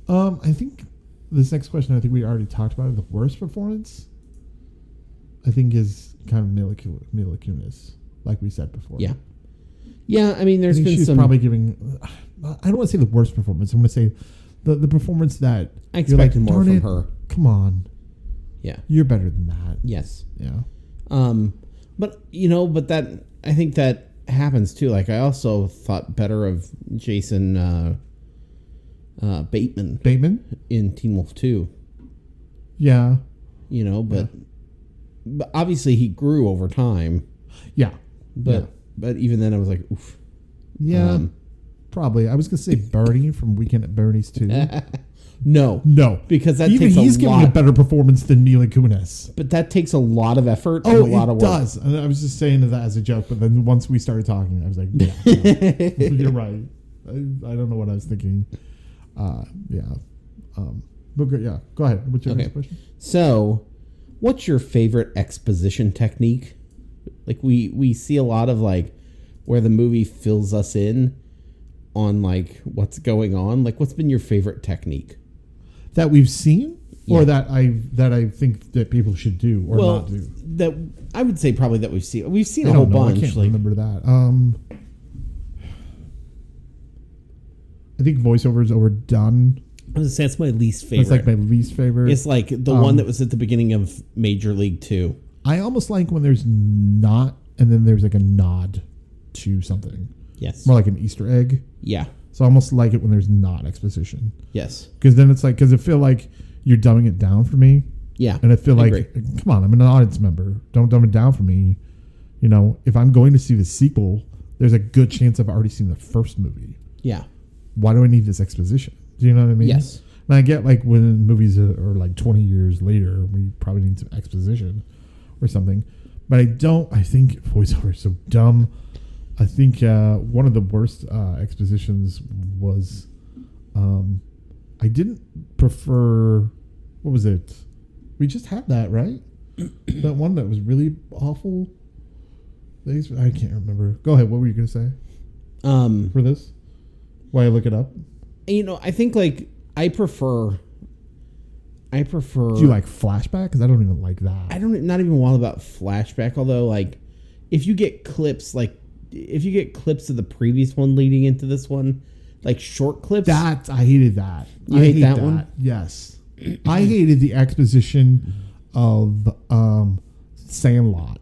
[SPEAKER 1] Um, I think this next question, I think we already talked about it. The worst performance, I think, is kind of Mila, Kun- Mila Kunis, like we said before.
[SPEAKER 2] yeah, yeah. I mean,
[SPEAKER 1] I
[SPEAKER 2] there's
[SPEAKER 1] think
[SPEAKER 2] been
[SPEAKER 1] she's
[SPEAKER 2] some
[SPEAKER 1] probably giving. I don't want to say the worst performance. I'm going to say the the performance that
[SPEAKER 2] I
[SPEAKER 1] you're like,
[SPEAKER 2] expected more
[SPEAKER 1] "Darn
[SPEAKER 2] from
[SPEAKER 1] it,
[SPEAKER 2] her.
[SPEAKER 1] Come on,
[SPEAKER 2] Yeah.
[SPEAKER 1] you're better than that.
[SPEAKER 2] Yes.
[SPEAKER 1] Yeah.
[SPEAKER 2] Um. But you know, but that I think that happens too. Like I also thought better of Jason uh, uh, Bateman
[SPEAKER 1] Bateman.
[SPEAKER 2] in Teen Wolf two.
[SPEAKER 1] Yeah.
[SPEAKER 2] You know, but but obviously he grew over time.
[SPEAKER 1] Yeah.
[SPEAKER 2] But
[SPEAKER 1] Yeah.
[SPEAKER 2] but even then, I was like, oof.
[SPEAKER 1] Yeah.
[SPEAKER 2] Um,
[SPEAKER 1] probably. I was going to say Bernie from Weekend at Bernie's too.
[SPEAKER 2] no,
[SPEAKER 1] no,
[SPEAKER 2] because that
[SPEAKER 1] even
[SPEAKER 2] takes a
[SPEAKER 1] he's giving a
[SPEAKER 2] lot-
[SPEAKER 1] better performance than Mila Kunis.
[SPEAKER 2] but that takes a lot of effort and
[SPEAKER 1] Oh,
[SPEAKER 2] a lot
[SPEAKER 1] it
[SPEAKER 2] of work.
[SPEAKER 1] does. And I was just saying that as a joke, but then once we started talking, I was like, yeah, no, you're right. I, I don't know what I was thinking. Uh, yeah. Um, but go, yeah, go ahead. What's your
[SPEAKER 2] Okay.
[SPEAKER 1] next question?
[SPEAKER 2] So, what's your favorite exposition technique? Like we we see a lot of like where the movie fills us in on like what's going on. Like, what's been your favorite technique?
[SPEAKER 1] That we've seen,
[SPEAKER 2] Yeah.
[SPEAKER 1] or that I that I think that people should do or
[SPEAKER 2] well,
[SPEAKER 1] not do.
[SPEAKER 2] that I would say probably that we've seen we've seen
[SPEAKER 1] I
[SPEAKER 2] a whole
[SPEAKER 1] don't know. I
[SPEAKER 2] bunch.
[SPEAKER 1] can't
[SPEAKER 2] Like,
[SPEAKER 1] remember that. Um, I think voiceovers overdone.
[SPEAKER 2] I was saying that's my least favorite.
[SPEAKER 1] That's like my least favorite.
[SPEAKER 2] it's like the one that was at the beginning of Major League Two.
[SPEAKER 1] I almost like when there's not, and then there's like a nod to something,
[SPEAKER 2] Yes.
[SPEAKER 1] more like an Easter egg.
[SPEAKER 2] yeah.
[SPEAKER 1] So I almost like it when there's not exposition,
[SPEAKER 2] Yes.
[SPEAKER 1] because then it's like because I feel like you're dumbing it down for me,
[SPEAKER 2] Yeah.
[SPEAKER 1] and I feel
[SPEAKER 2] I
[SPEAKER 1] like
[SPEAKER 2] agree.
[SPEAKER 1] come on, I'm an audience member. Don't dumb it down for me. You know, if I'm going to see the sequel, there's a good chance I've already seen the first movie.
[SPEAKER 2] yeah.
[SPEAKER 1] Why do I need this exposition? Do you know what I mean?
[SPEAKER 2] Yes.
[SPEAKER 1] And I get like when movies are are, like 20 years later, we probably need some exposition or something. But I don't, I think voiceover is so dumb. I think uh, one of the worst uh, expositions was um, I didn't prefer, what was it? We just had that, right? that one that was really awful. The ex- I can't remember. Go ahead. What were you going to say
[SPEAKER 2] Um.
[SPEAKER 1] for this? Why I look it up?
[SPEAKER 2] you know, I think like I prefer. I prefer.
[SPEAKER 1] Do you like flashback? Because I don't even like that.
[SPEAKER 2] I don't e, not even wild about flashback. Although, like, if you get clips, like, if you get clips of the previous one leading into this one, like short clips.
[SPEAKER 1] That I hated that.
[SPEAKER 2] You
[SPEAKER 1] I
[SPEAKER 2] hate that one?
[SPEAKER 1] Yes, I hated the exposition of um, Sandlot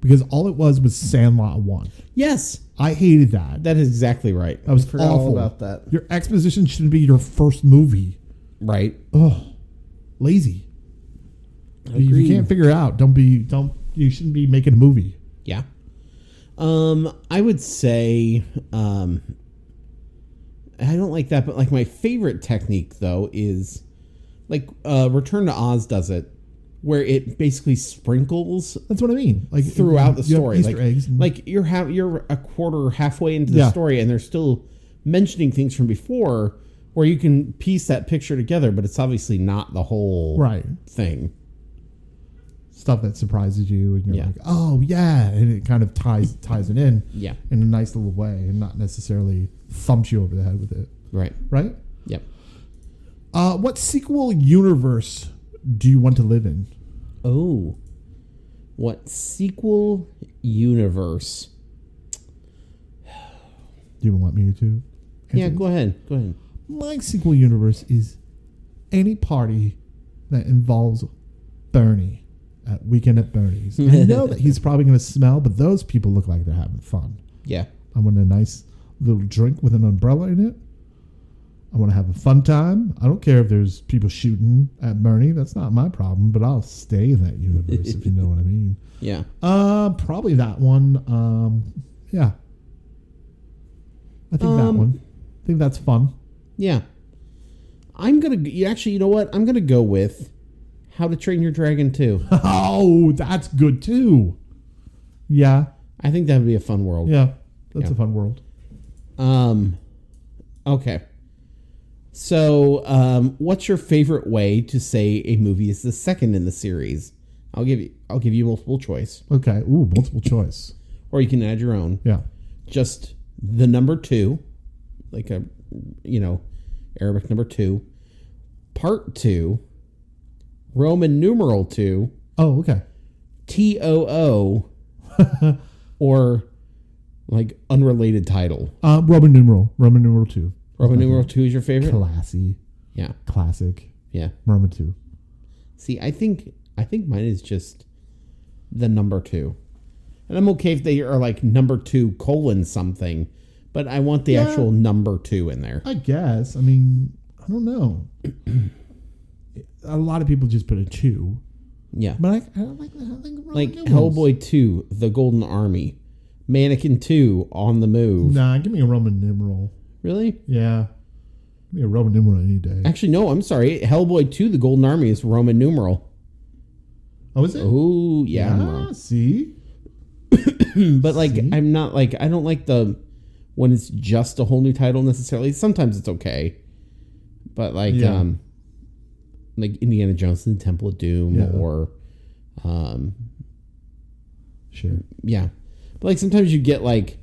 [SPEAKER 1] because all it was was Sandlot one.
[SPEAKER 2] yes,
[SPEAKER 1] I hated that.
[SPEAKER 2] that is exactly right.
[SPEAKER 1] That was
[SPEAKER 2] I forgot
[SPEAKER 1] awful.
[SPEAKER 2] all about that.
[SPEAKER 1] Your exposition should be your first movie.
[SPEAKER 2] Right.
[SPEAKER 1] Oh, lazy. If you
[SPEAKER 2] Agreed.
[SPEAKER 1] can't figure it out, don't be. Don't. You shouldn't be making a movie.
[SPEAKER 2] Yeah. Um, I would say um I don't like that, but like my favorite technique though is like uh Return to Oz does it where it basically sprinkles
[SPEAKER 1] That's what I mean. Like
[SPEAKER 2] throughout the
[SPEAKER 1] you have
[SPEAKER 2] story.
[SPEAKER 1] Easter
[SPEAKER 2] like,
[SPEAKER 1] eggs. and-
[SPEAKER 2] like you're ha- you're a quarter halfway into the
[SPEAKER 1] Yeah.
[SPEAKER 2] story and they're still mentioning things from before where you can piece that picture together, but it's obviously not the whole
[SPEAKER 1] right.
[SPEAKER 2] thing.
[SPEAKER 1] stuff that surprises you and you're
[SPEAKER 2] Yeah.
[SPEAKER 1] like oh yeah and it kind of ties ties it in
[SPEAKER 2] Yeah.
[SPEAKER 1] in a nice little way and not necessarily thumps you over the head with it
[SPEAKER 2] Right.
[SPEAKER 1] right
[SPEAKER 2] Yep.
[SPEAKER 1] uh what sequel universe do you want to live in
[SPEAKER 2] Oh. What sequel universe?
[SPEAKER 1] do you want me to
[SPEAKER 2] Yeah,
[SPEAKER 1] answer
[SPEAKER 2] go ahead. Go ahead.
[SPEAKER 1] this? my sequel universe is any party that involves bernie at weekend at bernie's i know that he's probably going to smell but those people look like they're having fun
[SPEAKER 2] Yeah.
[SPEAKER 1] I want a nice little drink with an umbrella in it. I want to have a fun time. I don't care if there's people shooting at Bernie. That's not my problem, but I'll stay in that universe if you know what I mean.
[SPEAKER 2] Yeah.
[SPEAKER 1] Uh, probably that one. Um, yeah. I think that
[SPEAKER 2] Um,
[SPEAKER 1] one. I think that's fun.
[SPEAKER 2] Yeah. I'm going to actually, you know what? I'm going to go with How to Train Your Dragon 2.
[SPEAKER 1] Oh, that's good too. Yeah.
[SPEAKER 2] I think that would be a fun world.
[SPEAKER 1] Yeah. That's
[SPEAKER 2] Yeah.
[SPEAKER 1] a fun world.
[SPEAKER 2] Um okay. So, um what's your favorite way to say a movie is the second in the series? I'll give you I'll give you multiple choice
[SPEAKER 1] Okay. Ooh, multiple choice.
[SPEAKER 2] or you can add your own.
[SPEAKER 1] Yeah.
[SPEAKER 2] Just the number 2 like a you know, Arabic number 2, part 2, Roman numeral 2,
[SPEAKER 1] Oh, okay.
[SPEAKER 2] T O O or like unrelated title.
[SPEAKER 1] Um, Roman numeral. Roman numeral two.
[SPEAKER 2] Roman numeral 2 is your favorite?
[SPEAKER 1] Classy.
[SPEAKER 2] Yeah.
[SPEAKER 1] Classic.
[SPEAKER 2] Yeah.
[SPEAKER 1] Roman two.
[SPEAKER 2] See, I think I think mine is just the number two, and I'm okay if they are like number two colon something, but I want the
[SPEAKER 1] Yeah.
[SPEAKER 2] actual number two in there.
[SPEAKER 1] I guess. I mean, I don't know. a lot of people just put a two,
[SPEAKER 2] Yeah,
[SPEAKER 1] but I, I don't like. I don't think Roman
[SPEAKER 2] like
[SPEAKER 1] numerals.
[SPEAKER 2] Hellboy two, the Golden Army, Mannequin two, on the move.
[SPEAKER 1] Nah, give me a Roman numeral.
[SPEAKER 2] Really?
[SPEAKER 1] Yeah, give me a Roman numeral any day.
[SPEAKER 2] Actually, no. I'm sorry. Hellboy two, the Golden Army is Roman numeral.
[SPEAKER 1] Oh, is it?
[SPEAKER 2] Oh yeah, I'm
[SPEAKER 1] Ah,
[SPEAKER 2] wrong.
[SPEAKER 1] see,
[SPEAKER 2] But like,
[SPEAKER 1] see?
[SPEAKER 2] I'm not like I don't like the when it's just a whole new title necessarily. Sometimes it's okay, but like
[SPEAKER 1] Yeah.
[SPEAKER 2] um, like Indiana Jones and the Temple of Doom
[SPEAKER 1] Yeah.
[SPEAKER 2] or um,
[SPEAKER 1] sure.
[SPEAKER 2] yeah, but like sometimes you get like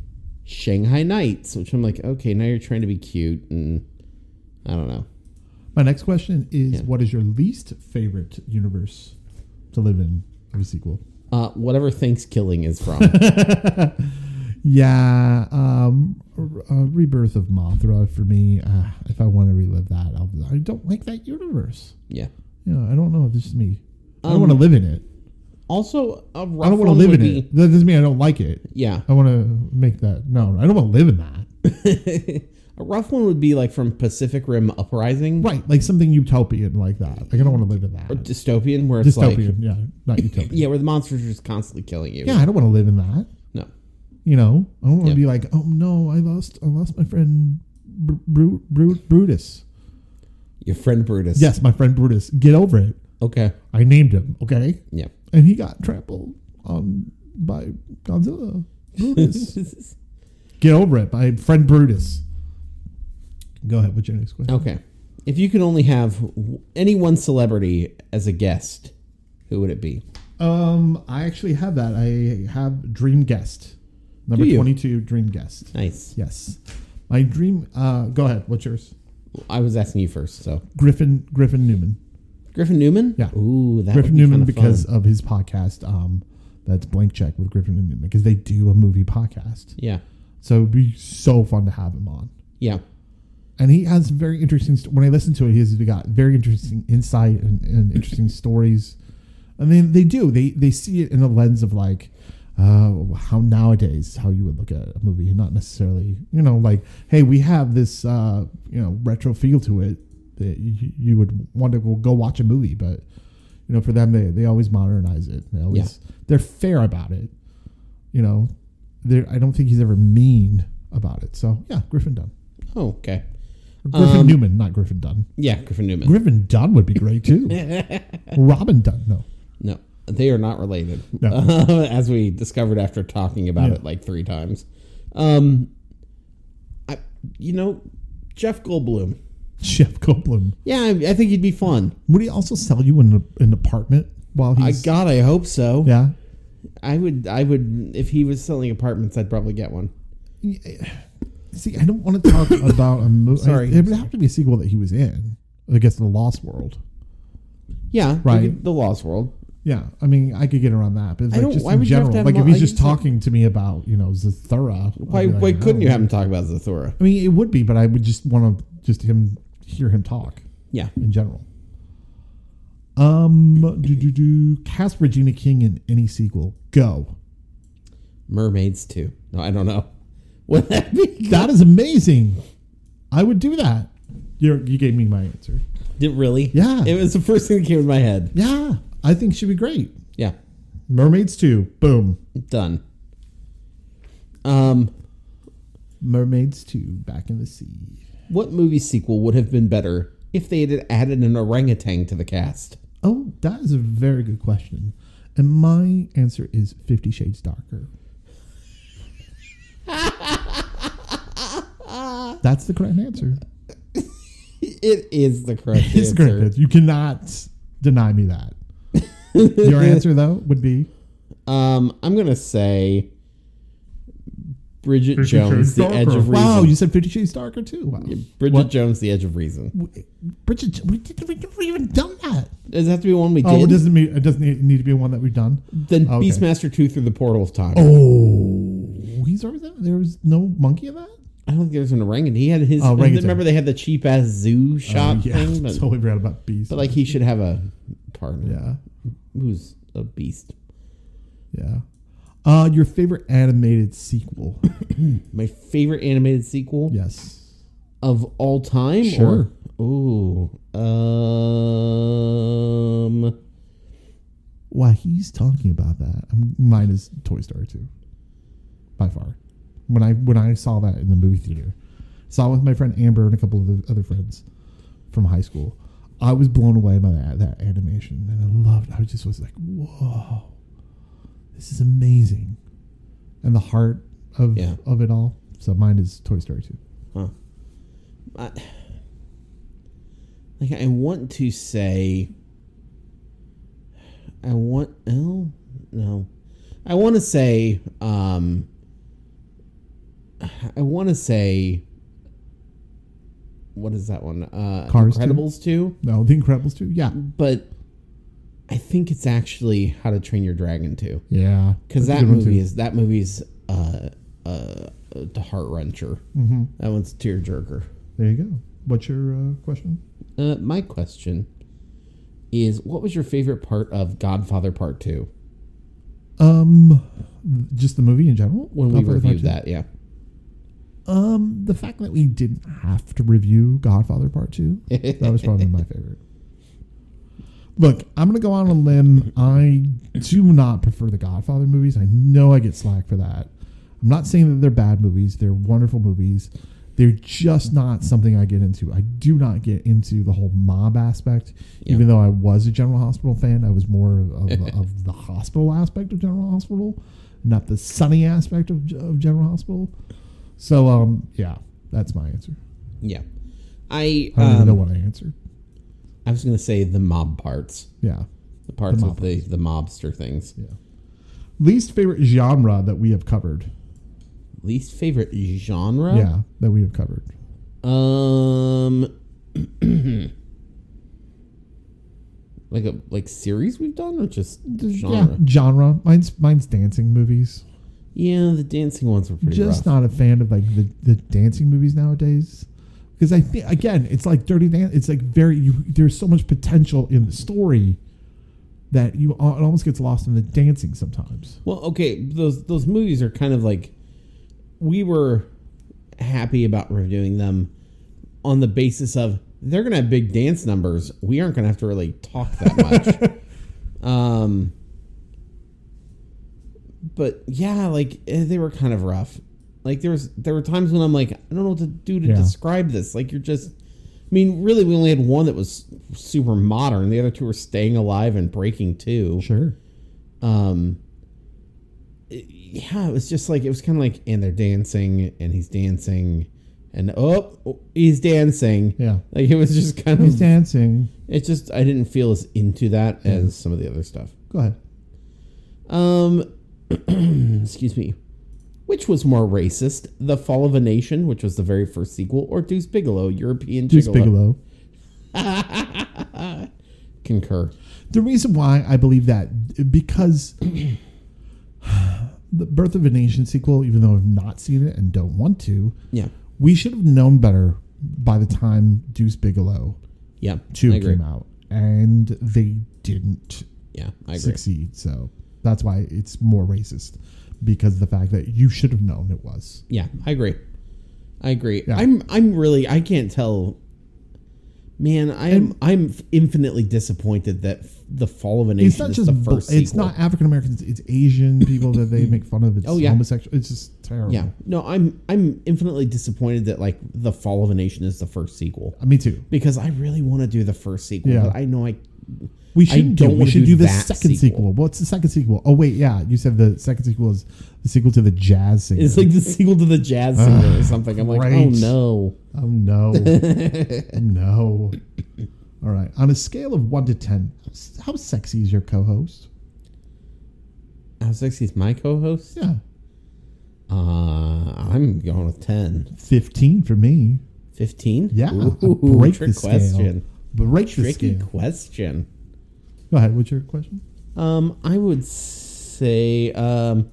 [SPEAKER 2] Shanghai Nights, which I'm like, okay, now you're trying to be cute and I don't know.
[SPEAKER 1] My next question is:
[SPEAKER 2] Yeah.
[SPEAKER 1] What is your least favorite universe to live in of a sequel?
[SPEAKER 2] Uh, whatever Thanksgiving is from.
[SPEAKER 1] Yeah, um, a Rebirth of Mothra for me. Uh, if I want to relive that, I'll, I don't like that universe.
[SPEAKER 2] yeah.
[SPEAKER 1] Yeah, I don't know. This is me. I don't
[SPEAKER 2] Um,
[SPEAKER 1] want to live in it.
[SPEAKER 2] Also, a rough
[SPEAKER 1] I don't want to
[SPEAKER 2] one
[SPEAKER 1] live
[SPEAKER 2] would
[SPEAKER 1] in
[SPEAKER 2] be,
[SPEAKER 1] it. That doesn't mean I don't like it.
[SPEAKER 2] Yeah.
[SPEAKER 1] I want to make that. No, I don't want to live in that.
[SPEAKER 2] a rough one would be like from Pacific Rim Uprising.
[SPEAKER 1] Right, like something utopian like that. Like I don't want to live in that.
[SPEAKER 2] dystopian where it's
[SPEAKER 1] Dystopian,
[SPEAKER 2] like
[SPEAKER 1] yeah, not utopian.
[SPEAKER 2] yeah where the monsters are just constantly killing you
[SPEAKER 1] yeah, I don't want to live in that.
[SPEAKER 2] no
[SPEAKER 1] You know, I don't want to
[SPEAKER 2] Yeah.
[SPEAKER 1] be like, oh no, I lost, I lost my friend Br- Bru- Bru- Brutus.
[SPEAKER 2] your friend brutus
[SPEAKER 1] Yes, my friend Brutus. Get over it.
[SPEAKER 2] okay
[SPEAKER 1] I named him, okay,
[SPEAKER 2] yeah
[SPEAKER 1] and he got trampled on by Godzilla. Brutus. Get over it, my friend Brutus. Go ahead. What's your next question?
[SPEAKER 2] okay if you could only have w- any one celebrity as a guest who would it be
[SPEAKER 1] Um, I actually have that. I have Dream Guest, number
[SPEAKER 2] you?
[SPEAKER 1] twenty-two. Dream Guest.
[SPEAKER 2] nice
[SPEAKER 1] Yes, my dream. Uh, go ahead. What's yours?
[SPEAKER 2] i was asking you first so
[SPEAKER 1] Griffin Griffin Newman.
[SPEAKER 2] griffin newman
[SPEAKER 1] Yeah.
[SPEAKER 2] ooh that
[SPEAKER 1] Griffin
[SPEAKER 2] would be
[SPEAKER 1] Newman
[SPEAKER 2] kinda
[SPEAKER 1] because
[SPEAKER 2] fun.
[SPEAKER 1] of his podcast. Um, that's Blank Check with Griffin and Newman because they do a movie podcast.
[SPEAKER 2] yeah
[SPEAKER 1] So it'd be so fun to have him on.
[SPEAKER 2] yeah
[SPEAKER 1] And he has very interesting. St- when I listen to it, he's got very interesting insight and, and interesting stories. And then they do. They they see it in a lens of like uh, how nowadays how you would look at a movie, and not necessarily you know like hey we have this uh, you know retro feel to it that you, you would want to go, go watch a movie, but you know for them they, they always modernize it. They always they're fair about it. You know, They're- I don't think he's ever mean about it. So yeah, Griffin Dunn.
[SPEAKER 2] oh okay
[SPEAKER 1] Griffin
[SPEAKER 2] Um,
[SPEAKER 1] Newman, not Griffin Dunn.
[SPEAKER 2] yeah griffin newman
[SPEAKER 1] Griffin Dunn would be great too. Robin Dunn, no.
[SPEAKER 2] no they are not related
[SPEAKER 1] No.
[SPEAKER 2] as we discovered after talking about
[SPEAKER 1] Yeah.
[SPEAKER 2] it like three times um I, you know jeff goldblum
[SPEAKER 1] Jeff Goldblum.
[SPEAKER 2] Yeah, I, I think he'd be fun.
[SPEAKER 1] Would he also sell you an, an apartment while
[SPEAKER 2] I
[SPEAKER 1] he's?
[SPEAKER 2] God, I hope so.
[SPEAKER 1] yeah.
[SPEAKER 2] I would. I would. If he was selling apartments, I'd probably get one.
[SPEAKER 1] See, I don't want to talk about a movie.
[SPEAKER 2] Sorry.
[SPEAKER 1] it would have to be a sequel that he was in. I guess the Lost World.
[SPEAKER 2] Yeah,
[SPEAKER 1] Right.
[SPEAKER 2] like The Lost World.
[SPEAKER 1] Yeah, I mean, I could get around that, but like
[SPEAKER 2] don't-
[SPEAKER 1] just
[SPEAKER 2] why
[SPEAKER 1] in
[SPEAKER 2] would you have
[SPEAKER 1] general,
[SPEAKER 2] to have
[SPEAKER 1] like
[SPEAKER 2] mo-
[SPEAKER 1] if he's
[SPEAKER 2] like
[SPEAKER 1] just
[SPEAKER 2] you said-
[SPEAKER 1] talking to me about you know Zathura, I'd
[SPEAKER 2] Why?
[SPEAKER 1] be like, "Oh."
[SPEAKER 2] why
[SPEAKER 1] "No."
[SPEAKER 2] couldn't you have him talk about Zathura?
[SPEAKER 1] I mean, it would be, but I would just want to just him hear him talk.
[SPEAKER 2] Yeah.
[SPEAKER 1] in general. Um, do do do cast Regina King in any sequel. Go.
[SPEAKER 2] Mermaids too. No, I don't know. Would that be?
[SPEAKER 1] That is amazing. I would do that. You you gave me my answer.
[SPEAKER 2] Did really?
[SPEAKER 1] Yeah.
[SPEAKER 2] It was the first thing that came to my head.
[SPEAKER 1] Yeah, I think she'd be great.
[SPEAKER 2] Yeah.
[SPEAKER 1] Mermaids two, boom.
[SPEAKER 2] Done. Um,
[SPEAKER 1] Mermaids two, back in the sea.
[SPEAKER 2] what movie sequel would have been better if they had added an orangutan to the cast?
[SPEAKER 1] Oh, that is a very good question, and my answer is Fifty Shades Darker. That's the correct answer.
[SPEAKER 2] It is the correct
[SPEAKER 1] It's the correct
[SPEAKER 2] answer.
[SPEAKER 1] answer. You cannot deny me that. Your answer though would be
[SPEAKER 2] Um, I'm gonna say Bridget,
[SPEAKER 3] Bridget
[SPEAKER 2] Jones,
[SPEAKER 3] Jones
[SPEAKER 2] The
[SPEAKER 3] Darker.
[SPEAKER 2] Edge of Reason.
[SPEAKER 1] wow. You said Fifty Shades Darker too. Wow.
[SPEAKER 2] Bridget Jones, The Edge of Reason.
[SPEAKER 1] W- Bridget, we did we never even done that.
[SPEAKER 2] Does that have to be one we
[SPEAKER 1] Oh, it
[SPEAKER 2] did?
[SPEAKER 1] doesn't mean it doesn't need need to be one that we've done.
[SPEAKER 2] then
[SPEAKER 1] okay.
[SPEAKER 2] Beastmaster Two through the Portal of Time.
[SPEAKER 1] Oh, he's already there. There was no monkey in that.
[SPEAKER 2] I don't think there's an orangutan. He had his.
[SPEAKER 1] Oh, orangutan. Oh,
[SPEAKER 2] Remember they had the cheap ass zoo shop thing, but,
[SPEAKER 1] totally forgot about bees.
[SPEAKER 2] but like he should have a partner
[SPEAKER 1] yeah,
[SPEAKER 2] who's a beast.
[SPEAKER 1] yeah. Uh, your favorite animated sequel?
[SPEAKER 2] My favorite animated sequel
[SPEAKER 1] yes.
[SPEAKER 2] of all time.
[SPEAKER 1] Sure.
[SPEAKER 2] Or, ooh. Um.
[SPEAKER 1] Why he's talking about that? Um, Mine is Toy Story two, by far. When I when I saw that in the movie theater, saw it with my friend Amber and a couple of the other friends from high school. I was blown away by that, that animation, and I loved. I just was like, "Whoa, this is amazing!" And the heart of
[SPEAKER 2] Yeah.
[SPEAKER 1] of it all. So mine is Toy Story two.
[SPEAKER 2] Huh. I, like I want to say. I want oh no, I want to say um. I want to say. What is that one? Uh,
[SPEAKER 1] Cars two?
[SPEAKER 2] Incredibles two,
[SPEAKER 1] No, The Incredibles two. Yeah,
[SPEAKER 2] but I think it's actually How to Train Your Dragon two
[SPEAKER 1] yeah.
[SPEAKER 2] because
[SPEAKER 1] that's
[SPEAKER 2] that
[SPEAKER 1] a good one,
[SPEAKER 2] movie
[SPEAKER 1] too.
[SPEAKER 2] is that movie's uh uh the heart wrencher. That one's a tearjerker.
[SPEAKER 1] Mm-hmm. There you go. What's your uh, question?
[SPEAKER 2] Uh, my question is, what was your favorite part of Godfather Part Two
[SPEAKER 1] Um, just the movie in general.
[SPEAKER 2] when we
[SPEAKER 1] Godfather Part
[SPEAKER 2] reviewed
[SPEAKER 1] Two?
[SPEAKER 2] that? Yeah,
[SPEAKER 1] Um, the fact that we didn't have to review Godfather Part Two, that was probably my favorite. Look, I'm gonna go on a limb. I do not prefer the Godfather movies. I know I get slack for that. I'm not saying that they're bad movies. They're wonderful movies. They're just not something I get into. I do not get into the whole mob aspect.
[SPEAKER 2] Yeah.
[SPEAKER 1] Even though I was a General Hospital fan, I was more of, of, of the hospital aspect of General Hospital, not the sunny aspect of, of General Hospital. So um yeah, that's my answer.
[SPEAKER 2] yeah. I
[SPEAKER 1] I don't even know
[SPEAKER 2] um,
[SPEAKER 1] what I answered.
[SPEAKER 2] I was gonna say the mob parts,
[SPEAKER 1] Yeah.
[SPEAKER 2] the parts
[SPEAKER 1] The
[SPEAKER 2] of the the mobster things.
[SPEAKER 1] Yeah. Least favorite genre that we have covered.
[SPEAKER 2] Least favorite genre.
[SPEAKER 1] Yeah, that we have covered.
[SPEAKER 2] Um. Like a like series we've done or just genre?
[SPEAKER 1] Yeah, genre. Mine's mine's dancing movies.
[SPEAKER 2] Yeah, the dancing ones were pretty
[SPEAKER 1] Just
[SPEAKER 2] rough.
[SPEAKER 1] not a fan of like the, the dancing movies nowadays. Because I think again, it's like Dirty Dance. It's like very you, there's so much potential in the story that you al- it almost gets lost in the dancing sometimes.
[SPEAKER 2] Well, okay, those those movies are kind of like we were happy about reviewing them on the basis of they're gonna have big dance numbers. We aren't gonna have to really talk that much. um, but yeah, like eh, they were kind of rough. Like there was there were times when I'm like I don't know what to do to
[SPEAKER 1] Yeah.
[SPEAKER 2] describe this. Like you're just. I mean, really, we only had one that was super modern. The other two were staying alive and breaking two
[SPEAKER 1] Sure.
[SPEAKER 2] um it- yeah it was just like it was kind of like and they're dancing and he's dancing and oh he's dancing
[SPEAKER 1] Yeah.
[SPEAKER 2] like it was just kind
[SPEAKER 1] He's
[SPEAKER 2] of
[SPEAKER 1] dancing.
[SPEAKER 2] it's just i didn't feel as into that as some of the other stuff
[SPEAKER 1] Go ahead.
[SPEAKER 2] um excuse me which was more racist the fall of a nation which was the very first sequel or deuce bigelow european
[SPEAKER 1] Deuce
[SPEAKER 2] gigolo?
[SPEAKER 1] Bigelow.
[SPEAKER 2] concur
[SPEAKER 1] the reason why I believe that because the Birth of a Nation sequel, even though I've not seen it and don't want to,
[SPEAKER 2] yeah
[SPEAKER 1] we should have known better by the time Deuce Bigelow
[SPEAKER 2] yeah
[SPEAKER 1] two
[SPEAKER 2] i agree
[SPEAKER 1] came out, and they didn't
[SPEAKER 2] yeah i agree
[SPEAKER 1] succeed. So that's why it's more racist because of the fact that you should have known it was.
[SPEAKER 2] Yeah, I agree. I agree.
[SPEAKER 1] Yeah.
[SPEAKER 2] I'm I'm really I can't tell Man, I'm I'm infinitely disappointed that f- the Fall of a Nation
[SPEAKER 1] It's not
[SPEAKER 2] is
[SPEAKER 1] just
[SPEAKER 2] the
[SPEAKER 1] bl-
[SPEAKER 2] first.
[SPEAKER 1] it's
[SPEAKER 2] sequel.
[SPEAKER 1] not African Americans. It's Asian people that they make fun of. It's
[SPEAKER 2] Oh, yeah.
[SPEAKER 1] homosexual. It's just terrible.
[SPEAKER 2] Yeah, no, I'm I'm infinitely disappointed that like the Fall of a Nation is the first sequel
[SPEAKER 1] Uh, me too.
[SPEAKER 2] because I really want to do the first sequel,
[SPEAKER 1] Yeah.
[SPEAKER 2] but I know I
[SPEAKER 1] We should do.
[SPEAKER 2] don't
[SPEAKER 1] We
[SPEAKER 2] wanna
[SPEAKER 1] should
[SPEAKER 2] do
[SPEAKER 1] do the
[SPEAKER 2] that
[SPEAKER 1] second
[SPEAKER 2] sequel.
[SPEAKER 1] sequel. What's the second sequel? Oh wait, yeah, you said the second sequel is the sequel to the jazz singer.
[SPEAKER 2] it's like the sequel to the Jazz Singer or something. I'm like, oh
[SPEAKER 1] great.
[SPEAKER 2] no,
[SPEAKER 1] oh no, Oh, no. All right, on a scale of one to ten, how sexy is your co-host?
[SPEAKER 2] how sexy is my co-host?
[SPEAKER 1] Yeah,
[SPEAKER 2] Uh, I'm going with 10.
[SPEAKER 1] fifteen for me.
[SPEAKER 2] 15?
[SPEAKER 1] Yeah,
[SPEAKER 2] Ooh,
[SPEAKER 1] break
[SPEAKER 2] trick
[SPEAKER 1] the scale.
[SPEAKER 2] question.
[SPEAKER 1] Break the
[SPEAKER 2] Tricky
[SPEAKER 1] scale.
[SPEAKER 2] question.
[SPEAKER 1] Go ahead. What's your question?
[SPEAKER 2] Um, I would say, um,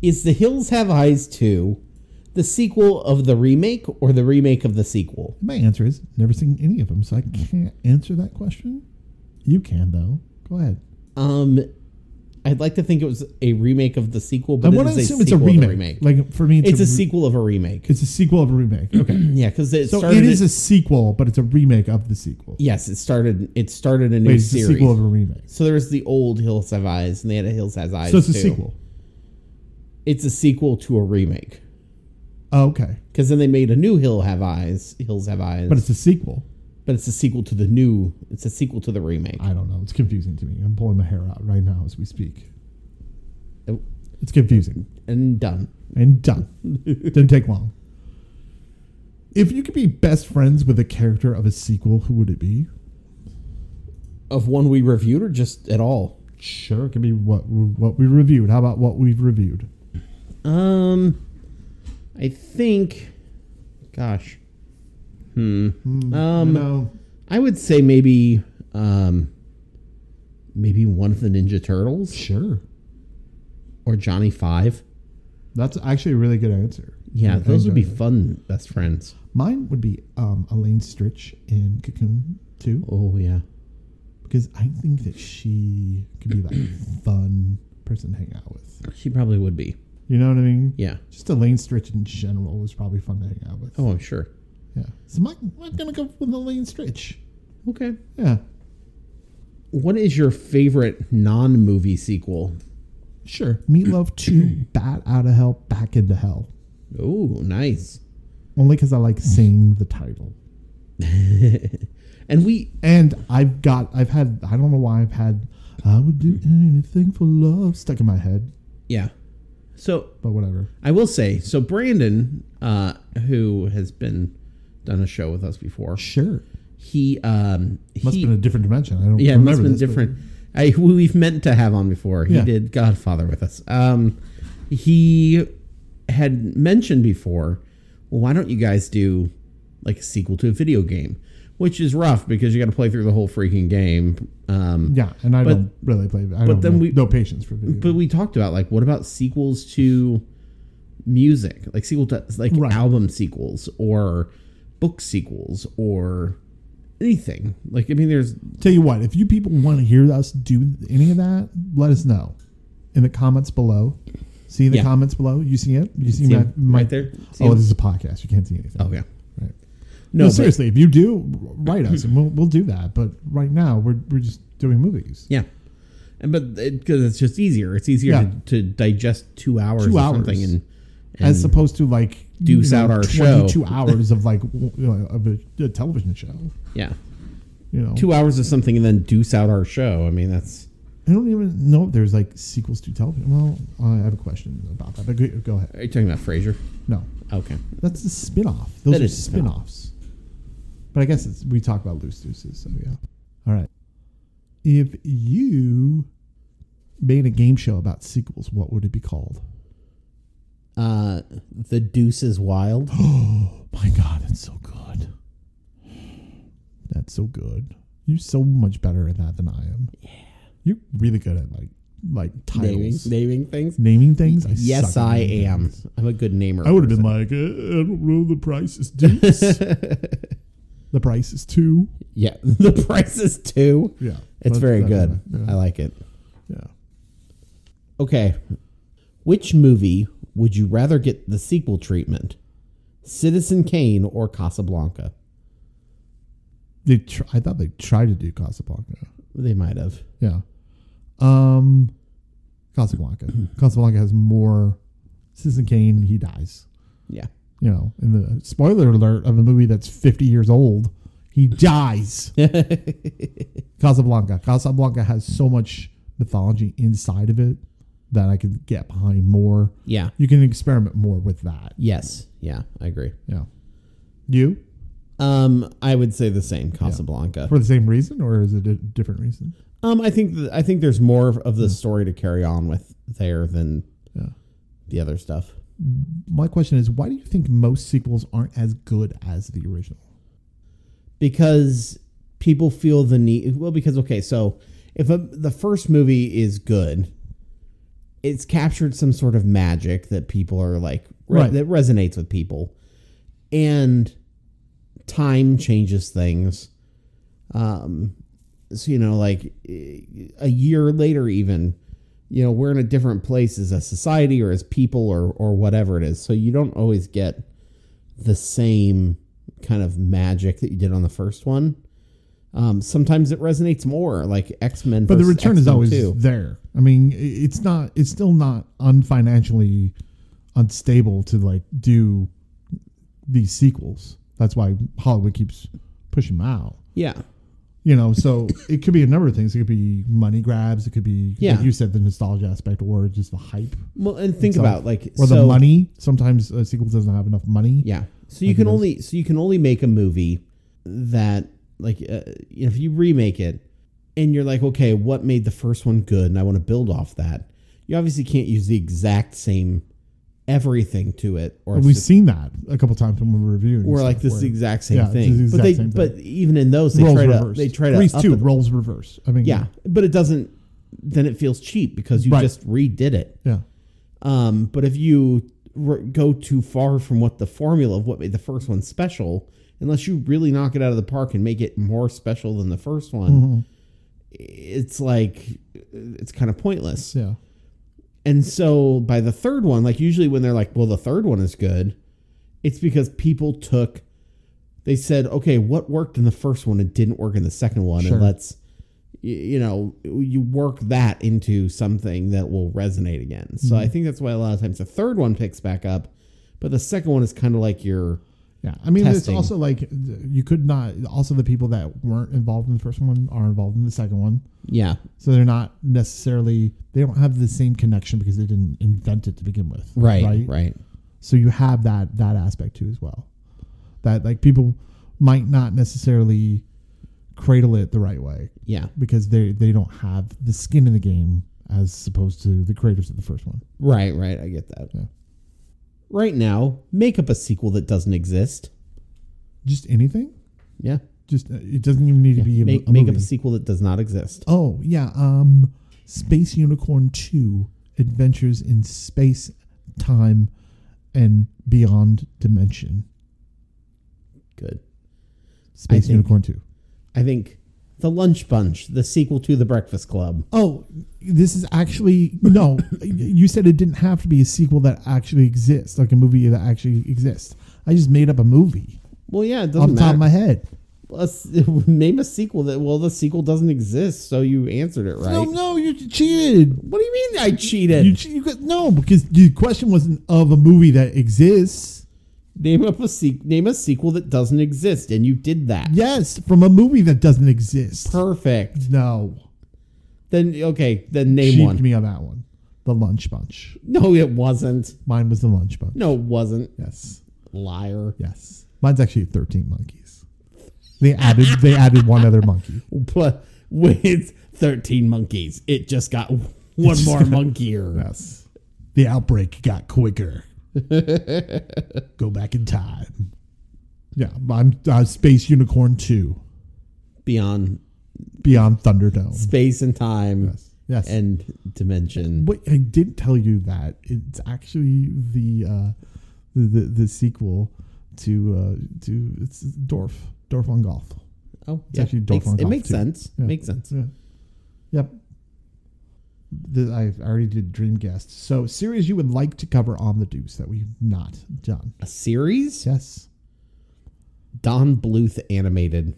[SPEAKER 2] is The Hills Have Eyes 2 the sequel of the remake or the remake of the sequel?
[SPEAKER 1] My answer is never seen any of them, so I can't answer that question. You can though. Go ahead.
[SPEAKER 2] Um, I'd like to think it was a remake of the sequel, but
[SPEAKER 1] I
[SPEAKER 2] it
[SPEAKER 1] want
[SPEAKER 2] is
[SPEAKER 1] to
[SPEAKER 2] a
[SPEAKER 1] assume
[SPEAKER 2] sequel
[SPEAKER 1] it's a
[SPEAKER 2] Of
[SPEAKER 1] remake.
[SPEAKER 2] the remake.
[SPEAKER 1] Like for me, it's,
[SPEAKER 2] it's a
[SPEAKER 1] re-
[SPEAKER 2] sequel of a remake.
[SPEAKER 1] It's a sequel of a remake. Okay.
[SPEAKER 2] Yeah, because it
[SPEAKER 1] So
[SPEAKER 2] started.
[SPEAKER 1] it is a sequel, but it's a remake of the sequel.
[SPEAKER 2] yes, it started. It started a new
[SPEAKER 1] Wait, it's
[SPEAKER 2] series.
[SPEAKER 1] a sequel of a remake.
[SPEAKER 2] So there was the old Hills Have Eyes, and they had a Hills Has Eyes.
[SPEAKER 1] So it's a
[SPEAKER 2] too.
[SPEAKER 1] sequel.
[SPEAKER 2] It's a sequel to a remake
[SPEAKER 1] Oh, okay.
[SPEAKER 2] because then they made a new Hill Have Eyes. Hills Have Eyes,
[SPEAKER 1] But it's a sequel.
[SPEAKER 2] but it's a sequel to the new. It's a sequel to the remake.
[SPEAKER 1] I don't know. It's confusing to me. I'm pulling my hair out right now as we speak.
[SPEAKER 2] Oh,
[SPEAKER 1] It's confusing.
[SPEAKER 2] and done.
[SPEAKER 1] And done. Didn't take long. If you could be best friends with a character of a sequel, who would it be?
[SPEAKER 2] Of one we reviewed, or just at all.
[SPEAKER 1] Sure, it could be what what we reviewed. How about what we've reviewed?
[SPEAKER 2] Um, I think. Gosh. Hmm. Um,
[SPEAKER 1] no,
[SPEAKER 2] I would say maybe. Um. Maybe one of the Ninja Turtles
[SPEAKER 1] sure.
[SPEAKER 2] or Johnny Five.
[SPEAKER 1] That's actually a really good answer.
[SPEAKER 2] Yeah,
[SPEAKER 1] I
[SPEAKER 2] those would be
[SPEAKER 1] enjoyed it.
[SPEAKER 2] fun best friends.
[SPEAKER 1] Mine would be um, Elaine Stritch in Cocoon 2
[SPEAKER 2] Oh yeah.
[SPEAKER 1] because I think that she could be like a fun person to hang out with.
[SPEAKER 2] She probably would be.
[SPEAKER 1] You know what I mean?
[SPEAKER 2] Yeah.
[SPEAKER 1] Just Elaine Stritch in general was probably fun to hang out with.
[SPEAKER 2] Oh, I'm sure.
[SPEAKER 1] Yeah. So my, I'm going to go with Elaine Stritch.
[SPEAKER 2] Okay.
[SPEAKER 1] Yeah.
[SPEAKER 2] What is your favorite non-movie sequel?
[SPEAKER 1] Sure. Meatloaf 2, Bat Out of Hell, Back into Hell.
[SPEAKER 2] Oh, nice.
[SPEAKER 1] Only because I
[SPEAKER 2] Mm.
[SPEAKER 1] like saying the title.
[SPEAKER 2] And we
[SPEAKER 1] And I've got, I've had, I don't know why I've had, I would do anything for love stuck in my head,
[SPEAKER 2] yeah. So
[SPEAKER 1] but whatever.
[SPEAKER 2] I will say, so Brandon, uh, who has been done a show with us before,
[SPEAKER 1] Sure.
[SPEAKER 2] he um
[SPEAKER 1] Must
[SPEAKER 2] he
[SPEAKER 1] have been a different dimension. I don't
[SPEAKER 2] yeah, it
[SPEAKER 1] remember
[SPEAKER 2] must have
[SPEAKER 1] this,
[SPEAKER 2] been
[SPEAKER 1] but-
[SPEAKER 2] different. I who we've meant to have on before. He
[SPEAKER 1] Yeah.
[SPEAKER 2] did Godfather with us. Um, he had mentioned before, well, why don't you guys do like a sequel to a video game, which is rough because you got to play through the whole freaking game. Um,
[SPEAKER 1] Yeah, and I
[SPEAKER 2] But-
[SPEAKER 1] don't really play. I don't
[SPEAKER 2] then
[SPEAKER 1] have
[SPEAKER 2] we-
[SPEAKER 1] no patience for video.
[SPEAKER 2] but we talked about like what about sequels to music, like sequel to like
[SPEAKER 1] Right.
[SPEAKER 2] album sequels or book sequels or anything. Like I mean, there's
[SPEAKER 1] Tell you what, if you people want to hear us do any of that, let us know in the comments below. See the
[SPEAKER 2] Yeah.
[SPEAKER 1] comments below. You see it? You see,
[SPEAKER 2] See
[SPEAKER 1] my,
[SPEAKER 2] it
[SPEAKER 1] my
[SPEAKER 2] right there? See
[SPEAKER 1] oh,
[SPEAKER 2] it?
[SPEAKER 1] this is a podcast. You can't see anything.
[SPEAKER 2] oh yeah,
[SPEAKER 1] Right. No,
[SPEAKER 2] no, but-
[SPEAKER 1] seriously, if you do, write us and we'll, we'll do that. But right now, we're, we're just doing movies.
[SPEAKER 2] Yeah. And but because it's just easier, it's easier
[SPEAKER 1] Yeah.
[SPEAKER 2] to, to digest two hours
[SPEAKER 1] Two
[SPEAKER 2] or
[SPEAKER 1] hours.
[SPEAKER 2] something. And, and
[SPEAKER 1] As opposed to like
[SPEAKER 2] Deuce out our show.
[SPEAKER 1] two hours of like w- you know, of a, a television show.
[SPEAKER 2] yeah,
[SPEAKER 1] You know,
[SPEAKER 2] two hours of something and then deuce out our show. I mean, that's
[SPEAKER 1] I don't even know if there's like sequels to television. Well, I have a question about that. But go, go ahead.
[SPEAKER 2] are you talking about Frasier?
[SPEAKER 1] No,
[SPEAKER 2] Okay,
[SPEAKER 1] that's the spin-off. Those
[SPEAKER 2] That
[SPEAKER 1] are
[SPEAKER 2] is a spin-off.
[SPEAKER 1] spin-offs. But I guess it's, we talk about loose deuces, so yeah. All right. If you made a game show about sequels, what would it be called?
[SPEAKER 2] uh, the Deuce is wild.
[SPEAKER 1] Oh my god, it's so good. That's so good. You're so much better at that than I am. Yeah. You're really good at like like
[SPEAKER 2] naming,
[SPEAKER 1] titles,
[SPEAKER 2] naming things.
[SPEAKER 1] naming things. I
[SPEAKER 2] yes,
[SPEAKER 1] suck at
[SPEAKER 2] I
[SPEAKER 1] naming
[SPEAKER 2] am.
[SPEAKER 1] things.
[SPEAKER 2] I'm a good namer.
[SPEAKER 1] I would have been like, uh, I don't know. The price is deuce. the price is two.
[SPEAKER 2] yeah, the price is two.
[SPEAKER 1] Yeah, That's-
[SPEAKER 2] It's very
[SPEAKER 1] that-
[SPEAKER 2] good.
[SPEAKER 1] Yeah,
[SPEAKER 2] I like it.
[SPEAKER 1] yeah.
[SPEAKER 2] Okay. Which movie would you rather get the sequel treatment? Citizen Kane or Casablanca?
[SPEAKER 1] They tr- I thought they tried to do Casablanca.
[SPEAKER 2] They might have.
[SPEAKER 1] Yeah. Um, Casablanca. Casablanca has more. Citizen Kane, he dies.
[SPEAKER 2] Yeah.
[SPEAKER 1] You know, in the spoiler alert of a movie that's 50 years old, he dies. Casablanca. Casablanca has so much mythology inside of it that I could get behind more.
[SPEAKER 2] Yeah.
[SPEAKER 1] You can experiment more with that.
[SPEAKER 2] Yes. Yeah. I agree.
[SPEAKER 1] Yeah. You?
[SPEAKER 2] Um, I would say the same Casablanca.
[SPEAKER 1] For the same reason, or is it a different reason?
[SPEAKER 2] Um, I think th- I think there's more of the story to carry on with there than
[SPEAKER 1] Yeah.
[SPEAKER 2] the other stuff.
[SPEAKER 1] My question is why do you think most sequels aren't as good as the original?
[SPEAKER 2] because people feel the need well because okay so if a, the first movie is good it's captured some sort of magic that people are like re-
[SPEAKER 1] Right.
[SPEAKER 2] that resonates with people and time changes things um so you know like eh, a year later even you know we're in a different place as a society or as people or or whatever it is so you don't always get the same kind of magic that you did on the first one um sometimes it resonates more like x-men
[SPEAKER 1] But the
[SPEAKER 2] versus
[SPEAKER 1] return is
[SPEAKER 2] X-Men
[SPEAKER 1] always
[SPEAKER 2] 2.
[SPEAKER 1] there. I mean, i- it's not. It's still not unfinancially unstable to like do these sequels. That's why Hollywood keeps pushing them out.
[SPEAKER 2] yeah
[SPEAKER 1] You know, so it could be a number of things. It could be money grabs. It could be,
[SPEAKER 2] Yeah.
[SPEAKER 1] like you said, the nostalgia aspect, or just the hype,
[SPEAKER 2] well and think
[SPEAKER 1] Itself.
[SPEAKER 2] about like
[SPEAKER 1] or the
[SPEAKER 2] so-
[SPEAKER 1] money. Sometimes a sequel doesn't have enough money.
[SPEAKER 2] Yeah. So you
[SPEAKER 1] Like it
[SPEAKER 2] can
[SPEAKER 1] is.
[SPEAKER 2] only so you can only make a movie that like uh, you know, if you remake it and you're like, okay, what made the first one good, and I want to build off that. You obviously can't use the exact same everything to it, or
[SPEAKER 1] And we've seen that a couple times when we were reviewing.
[SPEAKER 2] or like
[SPEAKER 1] stuff
[SPEAKER 2] this is
[SPEAKER 1] where-
[SPEAKER 2] the exact same
[SPEAKER 1] yeah, it's
[SPEAKER 2] thing.
[SPEAKER 1] the
[SPEAKER 2] but
[SPEAKER 1] exact
[SPEAKER 2] they
[SPEAKER 1] same
[SPEAKER 2] but even in those they
[SPEAKER 1] roles
[SPEAKER 2] try to
[SPEAKER 1] reverse.
[SPEAKER 2] they try to
[SPEAKER 1] Grease
[SPEAKER 2] up
[SPEAKER 1] two
[SPEAKER 2] it.
[SPEAKER 1] roles reverse. I mean,
[SPEAKER 2] yeah, but it doesn't. Then it feels cheap because you
[SPEAKER 1] Right.
[SPEAKER 2] just redid it.
[SPEAKER 1] yeah,
[SPEAKER 2] Um, but if you r go too far from what the formula of what made the first one special, unless you really knock it out of the park and make it more special than the first one, it's like it's kind of pointless.
[SPEAKER 1] yeah.
[SPEAKER 2] And so by the third one, like usually when they're like, well, the third one is good, it's because people took, they said, okay, what worked in the first one and didn't work in the second one?
[SPEAKER 1] Sure.
[SPEAKER 2] And let's, y- you know, you work that into something that will resonate again.
[SPEAKER 1] Mm-hmm.
[SPEAKER 2] So I think that's why a lot of times the third one picks back up, but the second one is kind of like your,
[SPEAKER 1] Yeah, I mean, it's
[SPEAKER 2] testing.
[SPEAKER 1] also like th- you could not. Also, the people that weren't involved in the first one are involved in the second one,
[SPEAKER 2] yeah,
[SPEAKER 1] so they're not necessarily they don't have the same connection because they didn't invent it to begin with.
[SPEAKER 2] right. right.
[SPEAKER 1] So you have that that aspect too as well. That like people might not necessarily cradle it the right way
[SPEAKER 2] Yeah.
[SPEAKER 1] because they they don't have the skin in the game as opposed to the creators of the first one.
[SPEAKER 2] Right, right. I get that.
[SPEAKER 1] Yeah.
[SPEAKER 2] Right now, make up a sequel that doesn't exist.
[SPEAKER 1] Just anything.
[SPEAKER 2] Yeah.
[SPEAKER 1] Just uh, it doesn't even need to be a,
[SPEAKER 2] make,
[SPEAKER 1] a
[SPEAKER 2] make up
[SPEAKER 1] movie.
[SPEAKER 2] a sequel that does not exist.
[SPEAKER 1] Oh yeah, um, Space Unicorn Two: Adventures in Space, Time, and Beyond Dimension.
[SPEAKER 2] Good.
[SPEAKER 1] Space
[SPEAKER 2] think-
[SPEAKER 1] Unicorn Two.
[SPEAKER 2] I think the Lunch Bunch, the sequel to the Breakfast Club.
[SPEAKER 1] Oh, this is actually no. you said it didn't have to be a sequel that actually exists, like a movie that actually exists. I just made up a movie
[SPEAKER 2] Well, yeah, it
[SPEAKER 1] off the
[SPEAKER 2] doesn't
[SPEAKER 1] top
[SPEAKER 2] matter.
[SPEAKER 1] of my head.
[SPEAKER 2] Let's name a sequel that. Well, the sequel doesn't exist, so you answered it right.
[SPEAKER 1] No, no, you cheated.
[SPEAKER 2] What do you mean I cheated?
[SPEAKER 1] You, che- you got- no, because the question wasn't of a movie that exists.
[SPEAKER 2] name up a se- name a sequel that doesn't exist, and you did that.
[SPEAKER 1] Yes, from a movie that doesn't exist.
[SPEAKER 2] Perfect.
[SPEAKER 1] no.
[SPEAKER 2] Then okay, then name
[SPEAKER 1] cheated
[SPEAKER 2] one.
[SPEAKER 1] me on that one. The lunch bunch.
[SPEAKER 2] No, it wasn't.
[SPEAKER 1] Mine was the lunch bunch.
[SPEAKER 2] No, it wasn't.
[SPEAKER 1] Yes.
[SPEAKER 2] Liar.
[SPEAKER 1] Yes. Mine's actually thirteen monkeys. They added they added one other monkey.
[SPEAKER 2] Pl- With thirteen monkeys, it just got one
[SPEAKER 1] just
[SPEAKER 2] more
[SPEAKER 1] got-
[SPEAKER 2] monkeyer.
[SPEAKER 1] Yes. The outbreak got quicker. Go back in time. Yeah, I'm uh, Space Unicorn Two,
[SPEAKER 2] Beyond
[SPEAKER 1] Beyond Thunderdome.
[SPEAKER 2] space and time.
[SPEAKER 1] Yes.
[SPEAKER 2] and dimension.
[SPEAKER 1] Wait, I didn't tell you that it's actually the uh, the, the the sequel to uh, to it's Dorf Dorf on Golf.
[SPEAKER 2] Oh,
[SPEAKER 1] It's actually Dorf
[SPEAKER 2] makes,
[SPEAKER 1] on
[SPEAKER 2] it
[SPEAKER 1] Golf,
[SPEAKER 2] makes
[SPEAKER 1] too.
[SPEAKER 2] sense.
[SPEAKER 1] Yeah.
[SPEAKER 2] Makes sense.
[SPEAKER 1] Yeah. Yep. The, I already did Dream Guest. So, series you would like to cover on the Deuce that we've not done.
[SPEAKER 2] A series?
[SPEAKER 1] Yes.
[SPEAKER 2] Don Bluth animated.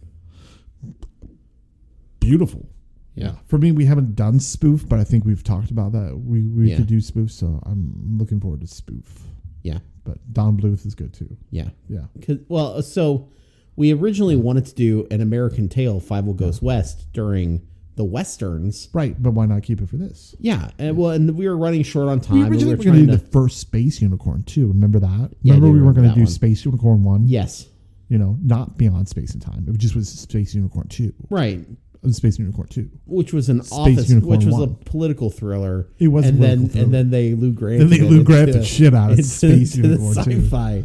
[SPEAKER 1] beautiful.
[SPEAKER 4] Yeah.
[SPEAKER 1] For me, we haven't done spoof, but I think we've talked about that. We we
[SPEAKER 4] Yeah.
[SPEAKER 1] could do spoof, so I'm looking forward to spoof.
[SPEAKER 4] Yeah.
[SPEAKER 1] But Don Bluth is good too.
[SPEAKER 4] Yeah.
[SPEAKER 1] Yeah.
[SPEAKER 2] Cause, well, uh, so we originally wanted to do an American Tale Five Will Goes West during the westerns.
[SPEAKER 1] Right, but why not keep it for this?
[SPEAKER 2] Yeah, and, well, and we were running short on time.
[SPEAKER 1] We
[SPEAKER 2] and
[SPEAKER 1] originally
[SPEAKER 2] we
[SPEAKER 1] were
[SPEAKER 2] were
[SPEAKER 1] going to
[SPEAKER 2] trying
[SPEAKER 1] do
[SPEAKER 2] to.
[SPEAKER 1] the first Space Unicorn too. Remember that?
[SPEAKER 4] Yeah, I
[SPEAKER 1] remember
[SPEAKER 4] do
[SPEAKER 1] we were
[SPEAKER 4] remember
[SPEAKER 1] going to
[SPEAKER 4] that
[SPEAKER 1] do
[SPEAKER 4] one.
[SPEAKER 1] Space Unicorn one.
[SPEAKER 2] yes,
[SPEAKER 1] You know, not Beyond Space and Time. It just was Space Unicorn two.
[SPEAKER 2] right.
[SPEAKER 1] Uh, Space Unicorn two.
[SPEAKER 2] Which was an
[SPEAKER 1] Space
[SPEAKER 2] office,
[SPEAKER 1] Unicorn
[SPEAKER 2] which was
[SPEAKER 1] one.
[SPEAKER 2] a political thriller.
[SPEAKER 1] It was a
[SPEAKER 2] and then
[SPEAKER 1] political
[SPEAKER 2] and
[SPEAKER 1] thriller.
[SPEAKER 2] then they Lou Grant.
[SPEAKER 1] Then they
[SPEAKER 2] it
[SPEAKER 1] Lou Grant the
[SPEAKER 2] into-
[SPEAKER 1] shit out of
[SPEAKER 2] into-
[SPEAKER 1] Space
[SPEAKER 2] into the
[SPEAKER 1] Unicorn, too.
[SPEAKER 2] Sci-fi.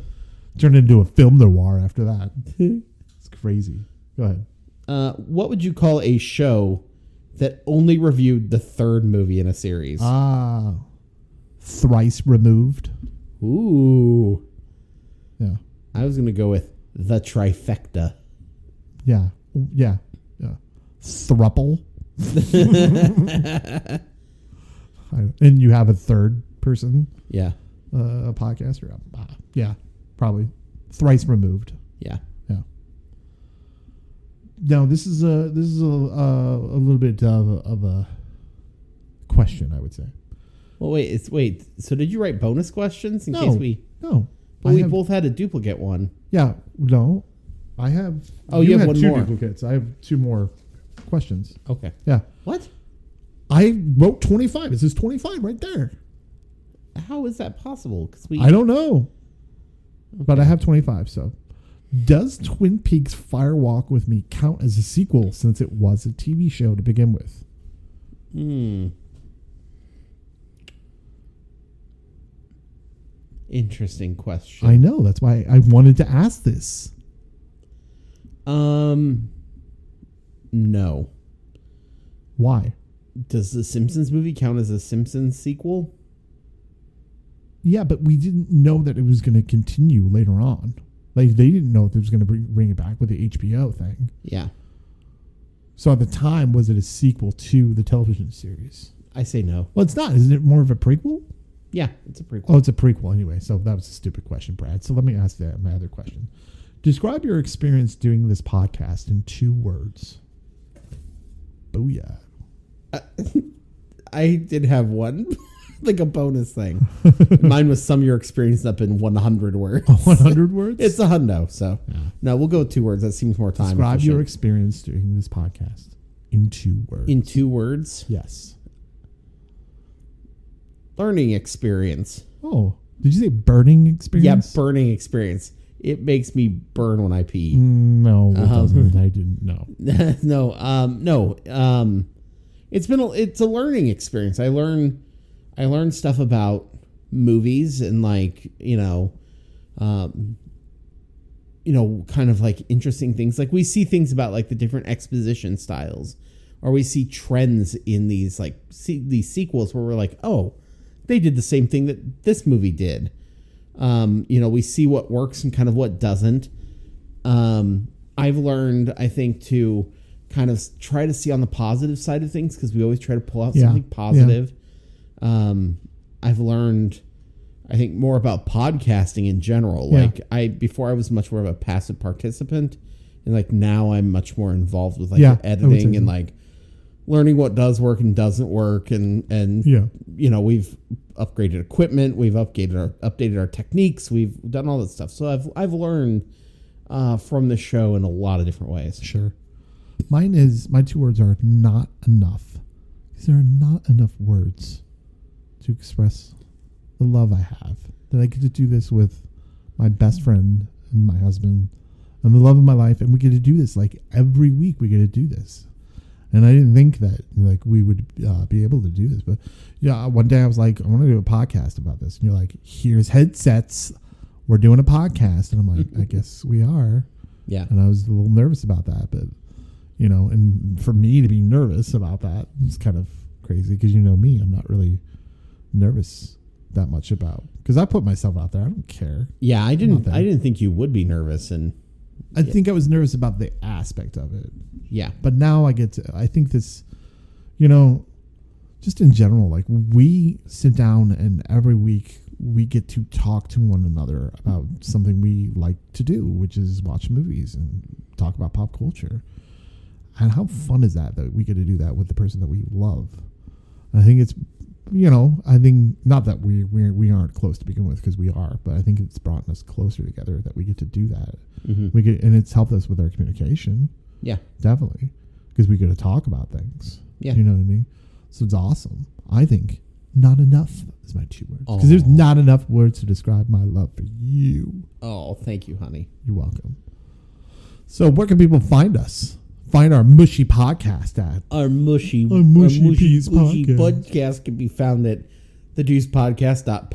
[SPEAKER 1] Turned into a film noir after that. it's crazy. Go ahead.
[SPEAKER 2] Uh, what would you call a show that only reviewed the third movie in a series?
[SPEAKER 1] Ah, thrice removed.
[SPEAKER 2] Ooh,
[SPEAKER 1] Yeah.
[SPEAKER 2] I was gonna go with the trifecta.
[SPEAKER 1] Yeah. Yeah. Yeah. Thruple. I- and you have a third person
[SPEAKER 2] Yeah,
[SPEAKER 1] uh, podcaster. Uh, yeah. Probably thrice removed.
[SPEAKER 2] yeah.
[SPEAKER 1] Yeah. Now this is a this is a uh, a little bit of a, of a question, I would say.
[SPEAKER 2] Well, wait, it's wait. So did you write bonus questions in
[SPEAKER 1] No.
[SPEAKER 2] case we?
[SPEAKER 1] No.
[SPEAKER 2] But
[SPEAKER 1] I
[SPEAKER 2] we
[SPEAKER 1] have-
[SPEAKER 2] both had a duplicate one.
[SPEAKER 1] Yeah. No. I have.
[SPEAKER 2] Oh, you have
[SPEAKER 1] had
[SPEAKER 2] one
[SPEAKER 1] two
[SPEAKER 2] more.
[SPEAKER 1] duplicates. I have two more questions.
[SPEAKER 2] Okay.
[SPEAKER 1] Yeah.
[SPEAKER 2] What?
[SPEAKER 1] I wrote 25. It says 25 right there.
[SPEAKER 2] How is that possible? Because we
[SPEAKER 1] I don't know. But I have 25, so. Does Twin Peaks Fire Walk with Me count as a sequel since it was a TV show to begin with?
[SPEAKER 2] Hmm. Interesting question.
[SPEAKER 1] I know. That's why I wanted to ask this.
[SPEAKER 2] um. No.
[SPEAKER 1] Why?
[SPEAKER 2] Does the Simpsons movie count as a Simpsons sequel?
[SPEAKER 1] Yeah, but we didn't know that it was going to continue later on. Like, they didn't know if it was going to bring, bring it back with the HBO thing.
[SPEAKER 2] Yeah.
[SPEAKER 1] So at the time, was it a sequel to the television series?
[SPEAKER 2] I say no.
[SPEAKER 1] Well, it's not. Isn't it more of a prequel?
[SPEAKER 2] Yeah, it's a prequel.
[SPEAKER 1] Oh, it's a prequel anyway. So that was a stupid question, Brad. So let me ask that my other question. Describe your experience doing this podcast in two words. Booyah.
[SPEAKER 2] I did have one, like a bonus thing. Mine was sum your experience up in 100 words.
[SPEAKER 1] 100 words?
[SPEAKER 2] It's a hundo, so. No, we'll go with two words. That seems more time.
[SPEAKER 1] Describe your
[SPEAKER 2] efficient.
[SPEAKER 1] experience doing this podcast in two words.
[SPEAKER 2] in two words.
[SPEAKER 1] yes.
[SPEAKER 2] Learning experience.
[SPEAKER 1] Oh, did you say burning
[SPEAKER 2] Yeah,
[SPEAKER 1] experience?
[SPEAKER 2] burning experience. It makes me burn when I pee.
[SPEAKER 1] No, it
[SPEAKER 2] Uh-huh.
[SPEAKER 1] doesn't. I didn't know.
[SPEAKER 2] no, um, no. Um, it's been a, it's a learning experience. I learn I learn stuff about movies and like you know, um, you know, kind of like interesting things. Like we see things about like the different exposition styles, or we see trends in these like see, these sequels where we're like, oh, they did the same thing that this movie did. Um, you know, we see what works and kind of what doesn't um, I've learned, I think, to kind of s- try to see on the positive side of things because we always try to pull out
[SPEAKER 1] Yeah,
[SPEAKER 2] something
[SPEAKER 1] yeah.
[SPEAKER 2] positive. Um, I've learned, I think, more about podcasting in general.
[SPEAKER 1] Yeah.
[SPEAKER 2] Like I before, I was much more of a passive participant, and like now, I'm much more involved with like
[SPEAKER 1] Yeah,
[SPEAKER 2] the
[SPEAKER 1] I would
[SPEAKER 2] editing
[SPEAKER 1] say
[SPEAKER 2] and
[SPEAKER 1] so.
[SPEAKER 2] like learning what does work and doesn't work, and and
[SPEAKER 1] Yeah.
[SPEAKER 2] you know we've upgraded equipment we've upgraded our updated our techniques we've done all that stuff so i've i've learned uh, from the show in a lot of different ways
[SPEAKER 1] Sure. Mine is my two words are not enough. Because there are not enough words to express the love I have. That I get to do this with my best friend and my husband and the love of my life. And we get to do this like every week. We get to do this. And I didn't think that like we would uh, be able to do this, but yeah. One day I was like, I want to do a podcast about this, and you're like, "Here's headsets, we're doing a podcast," and I'm like, "I guess we are."
[SPEAKER 2] yeah
[SPEAKER 1] and I was a little nervous about that. But you know, and for me to be nervous about that is kind of crazy because you know me, I'm not really nervous that much about because I put myself out there. I don't care.
[SPEAKER 2] yeah i didn't
[SPEAKER 1] Nothing.
[SPEAKER 2] i didn't think you would be nervous and
[SPEAKER 1] I think I was nervous about the aspect of it,
[SPEAKER 2] yeah
[SPEAKER 1] but now I get to. I think this, you know, just in general, like we sit down and every week we get to talk to one another about something we like to do, which is watch movies and talk about pop culture. And how fun is that that we get to do that with the person that we love? I think it's, you know, I think not that we we we aren't close to begin with because we are, but I think it's brought us closer together that we get to do that. We get and it's helped us with our communication
[SPEAKER 3] Yeah.
[SPEAKER 1] definitely because we get to talk about things.
[SPEAKER 3] Yeah.
[SPEAKER 1] you know what I mean. So it's awesome. I think not enough is my two words because there's not enough words to describe my love for you.
[SPEAKER 3] Oh, thank you, honey.
[SPEAKER 1] You're welcome. So where can people find us? Find our mushy podcast at
[SPEAKER 3] Our mushy,
[SPEAKER 1] Our mushy peas podcast.
[SPEAKER 3] podcast. can be found at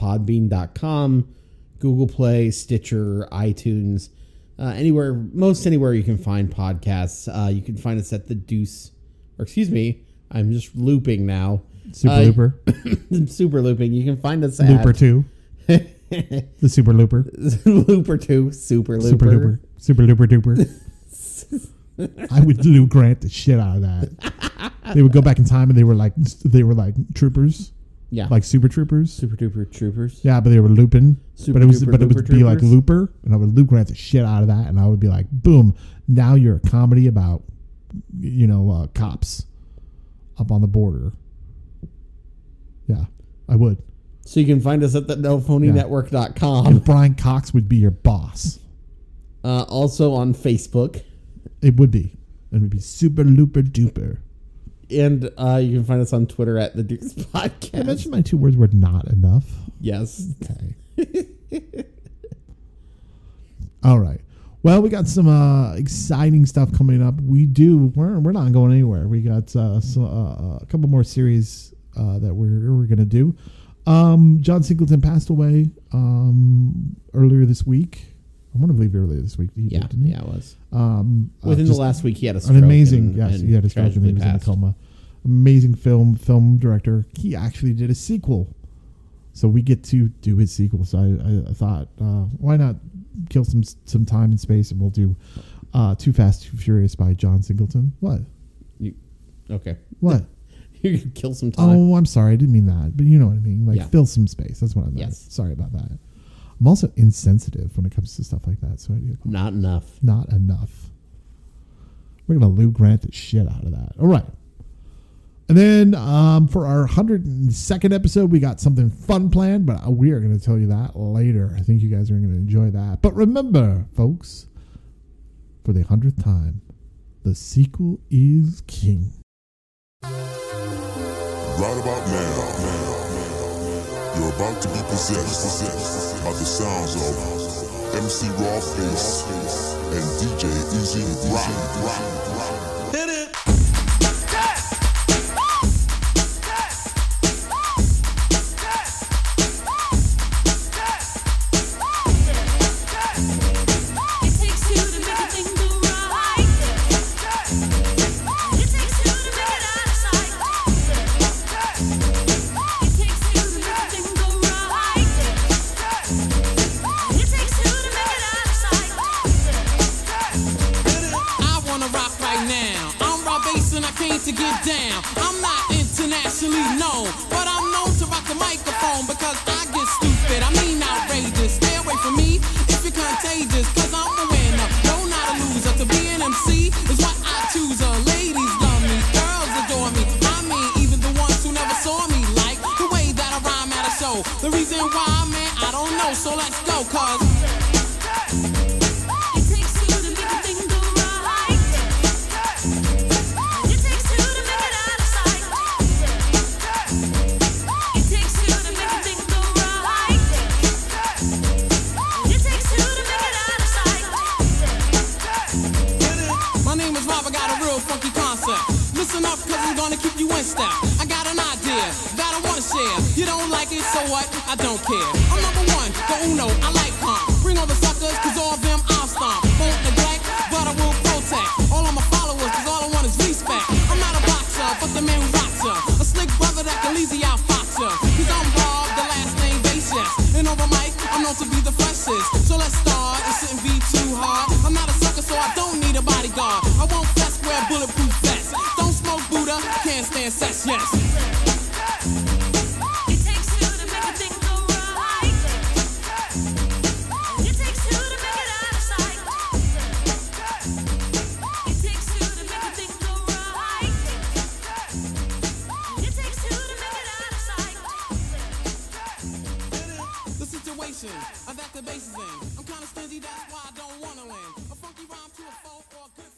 [SPEAKER 3] thedeucepodcast.podbean.com, Google Play, Stitcher, iTunes, uh, anywhere, most anywhere you can find podcasts. Uh, you can find us at the Deuce, or excuse me, I'm just looping now.
[SPEAKER 1] Super
[SPEAKER 3] Uh,
[SPEAKER 1] Looper,
[SPEAKER 3] super looping. You can find us at
[SPEAKER 1] Looper Two, the Super Looper,
[SPEAKER 3] Looper Two, Super Looper.
[SPEAKER 1] Super Looper, Super Looper Duper. I would Lou Grant the shit out of that. they would go back in time and they were like they were like troopers,
[SPEAKER 3] Yeah,
[SPEAKER 1] like super troopers.
[SPEAKER 3] Super Duper Troopers.
[SPEAKER 1] Yeah, but they were looping.
[SPEAKER 3] Super
[SPEAKER 1] but it was
[SPEAKER 3] duper
[SPEAKER 1] but it would
[SPEAKER 3] looper
[SPEAKER 1] be like
[SPEAKER 3] troopers?
[SPEAKER 1] looper, and I would Lou Grant the shit out of that, and I would be like, boom, now you're a comedy about you know uh, cops up on the border. Yeah, I would.
[SPEAKER 3] So you can find us at the
[SPEAKER 1] And
[SPEAKER 3] nophonynetwork.com.
[SPEAKER 1] Brian Cox would be your boss.
[SPEAKER 3] Uh, also on Facebook.
[SPEAKER 1] It would be. It would be super looper duper.
[SPEAKER 3] And uh, you can find us on Twitter at the Deuce
[SPEAKER 1] I
[SPEAKER 3] Podcast.
[SPEAKER 1] mentioned my two words were not enough.
[SPEAKER 3] Yes.
[SPEAKER 1] Okay. All right. Well, we got some uh, exciting stuff coming up. We do. We're, we're not going anywhere. We got uh, so, uh, a couple more series uh, that we're we're gonna do. Um, John Singleton passed away um, earlier this week. I want to believe earlier this week. He
[SPEAKER 3] Yeah.
[SPEAKER 1] did, didn't he?
[SPEAKER 3] Yeah, it was.
[SPEAKER 1] Um, uh,
[SPEAKER 3] Within
[SPEAKER 1] just-
[SPEAKER 3] the last week, he had a stroke.
[SPEAKER 1] an amazing
[SPEAKER 3] and-
[SPEAKER 1] yes
[SPEAKER 3] and
[SPEAKER 1] he had a stroke and he
[SPEAKER 3] tragically
[SPEAKER 1] was in a
[SPEAKER 3] passed.
[SPEAKER 1] coma amazing film film director he actually did a sequel so we get to do his sequel so i, I, I thought uh, why not kill some some time and space and we'll do uh, too fast too furious by john singleton what
[SPEAKER 3] You- okay.
[SPEAKER 1] what
[SPEAKER 3] You could kill some time.
[SPEAKER 1] oh i'm sorry i didn't mean that but you know what i mean like
[SPEAKER 3] Yeah.
[SPEAKER 1] fill some space that's what i meant
[SPEAKER 3] Yes.
[SPEAKER 1] sorry about that i'm also insensitive when it comes to stuff like that so i do
[SPEAKER 3] Not enough.
[SPEAKER 1] not enough. We're gonna Lou Grant the shit out of that. All right. And then um, for our hundred and second episode, we got something fun planned, but we are gonna tell you that later. I think you guys are gonna enjoy that. But remember, folks, for the hundredth time, the sequel is king.
[SPEAKER 5] Right about now, you're about to be possessed by the sounds of MC Rawface and DJ Easy Rock.
[SPEAKER 6] It takes two to make a thing go right. It takes two to make it out of sight. It takes two to make a thing go right. It takes two to make it out of sight.
[SPEAKER 7] I wanna rock right now. I'm raw bass and I came to get down. I'm not internationally known, but I'm known to rock the microphone because I get stupid. I mean outrageous. Stay away from me if you're contagious, cause I'm a winner. No, not a loser. To be an MC is what I choose. Uh, ladies love me, girls adore me. I mean, even the ones who never saw me like the way that I rhyme at a show. The reason why, man, I don't know. So let's go, cause.
[SPEAKER 6] It takes two to make a thing go right. It takes two to make it out of sight. It takes two to make a thing go right. It takes two to make it out of sight.
[SPEAKER 7] My name is Rob, I got a real funky concept. Listen up, cause I'm gonna keep you in step. I got an idea that I wanna share. You don't like it, so what? I don't care. I'm number one, the uno, I like calm. Bring on the suckers, cause all of them I'll stomp. Won't neglect, but I will protect. All of my followers, cause all I want is respect. I'm not a boxer, but the man rocks ya. A slick brother that can easy outfox ya. Cause I'm Rob, the last name Basis. And over mic, I'm known to be the freshest. So let's start, it shouldn't be too hard. I'm not a sucker, so I don't need a bodyguard. I won't fess, wear bulletproof vests. Don't smoke Buddha, can't stand sex, yes.
[SPEAKER 6] It takes two to make a thing go right. It takes two to make it out of sight. It takes two to make a thing go
[SPEAKER 7] in. I back the bases in. I'm kinda stingy, that's why I don't wanna win. A funky rhyme to a folk or a good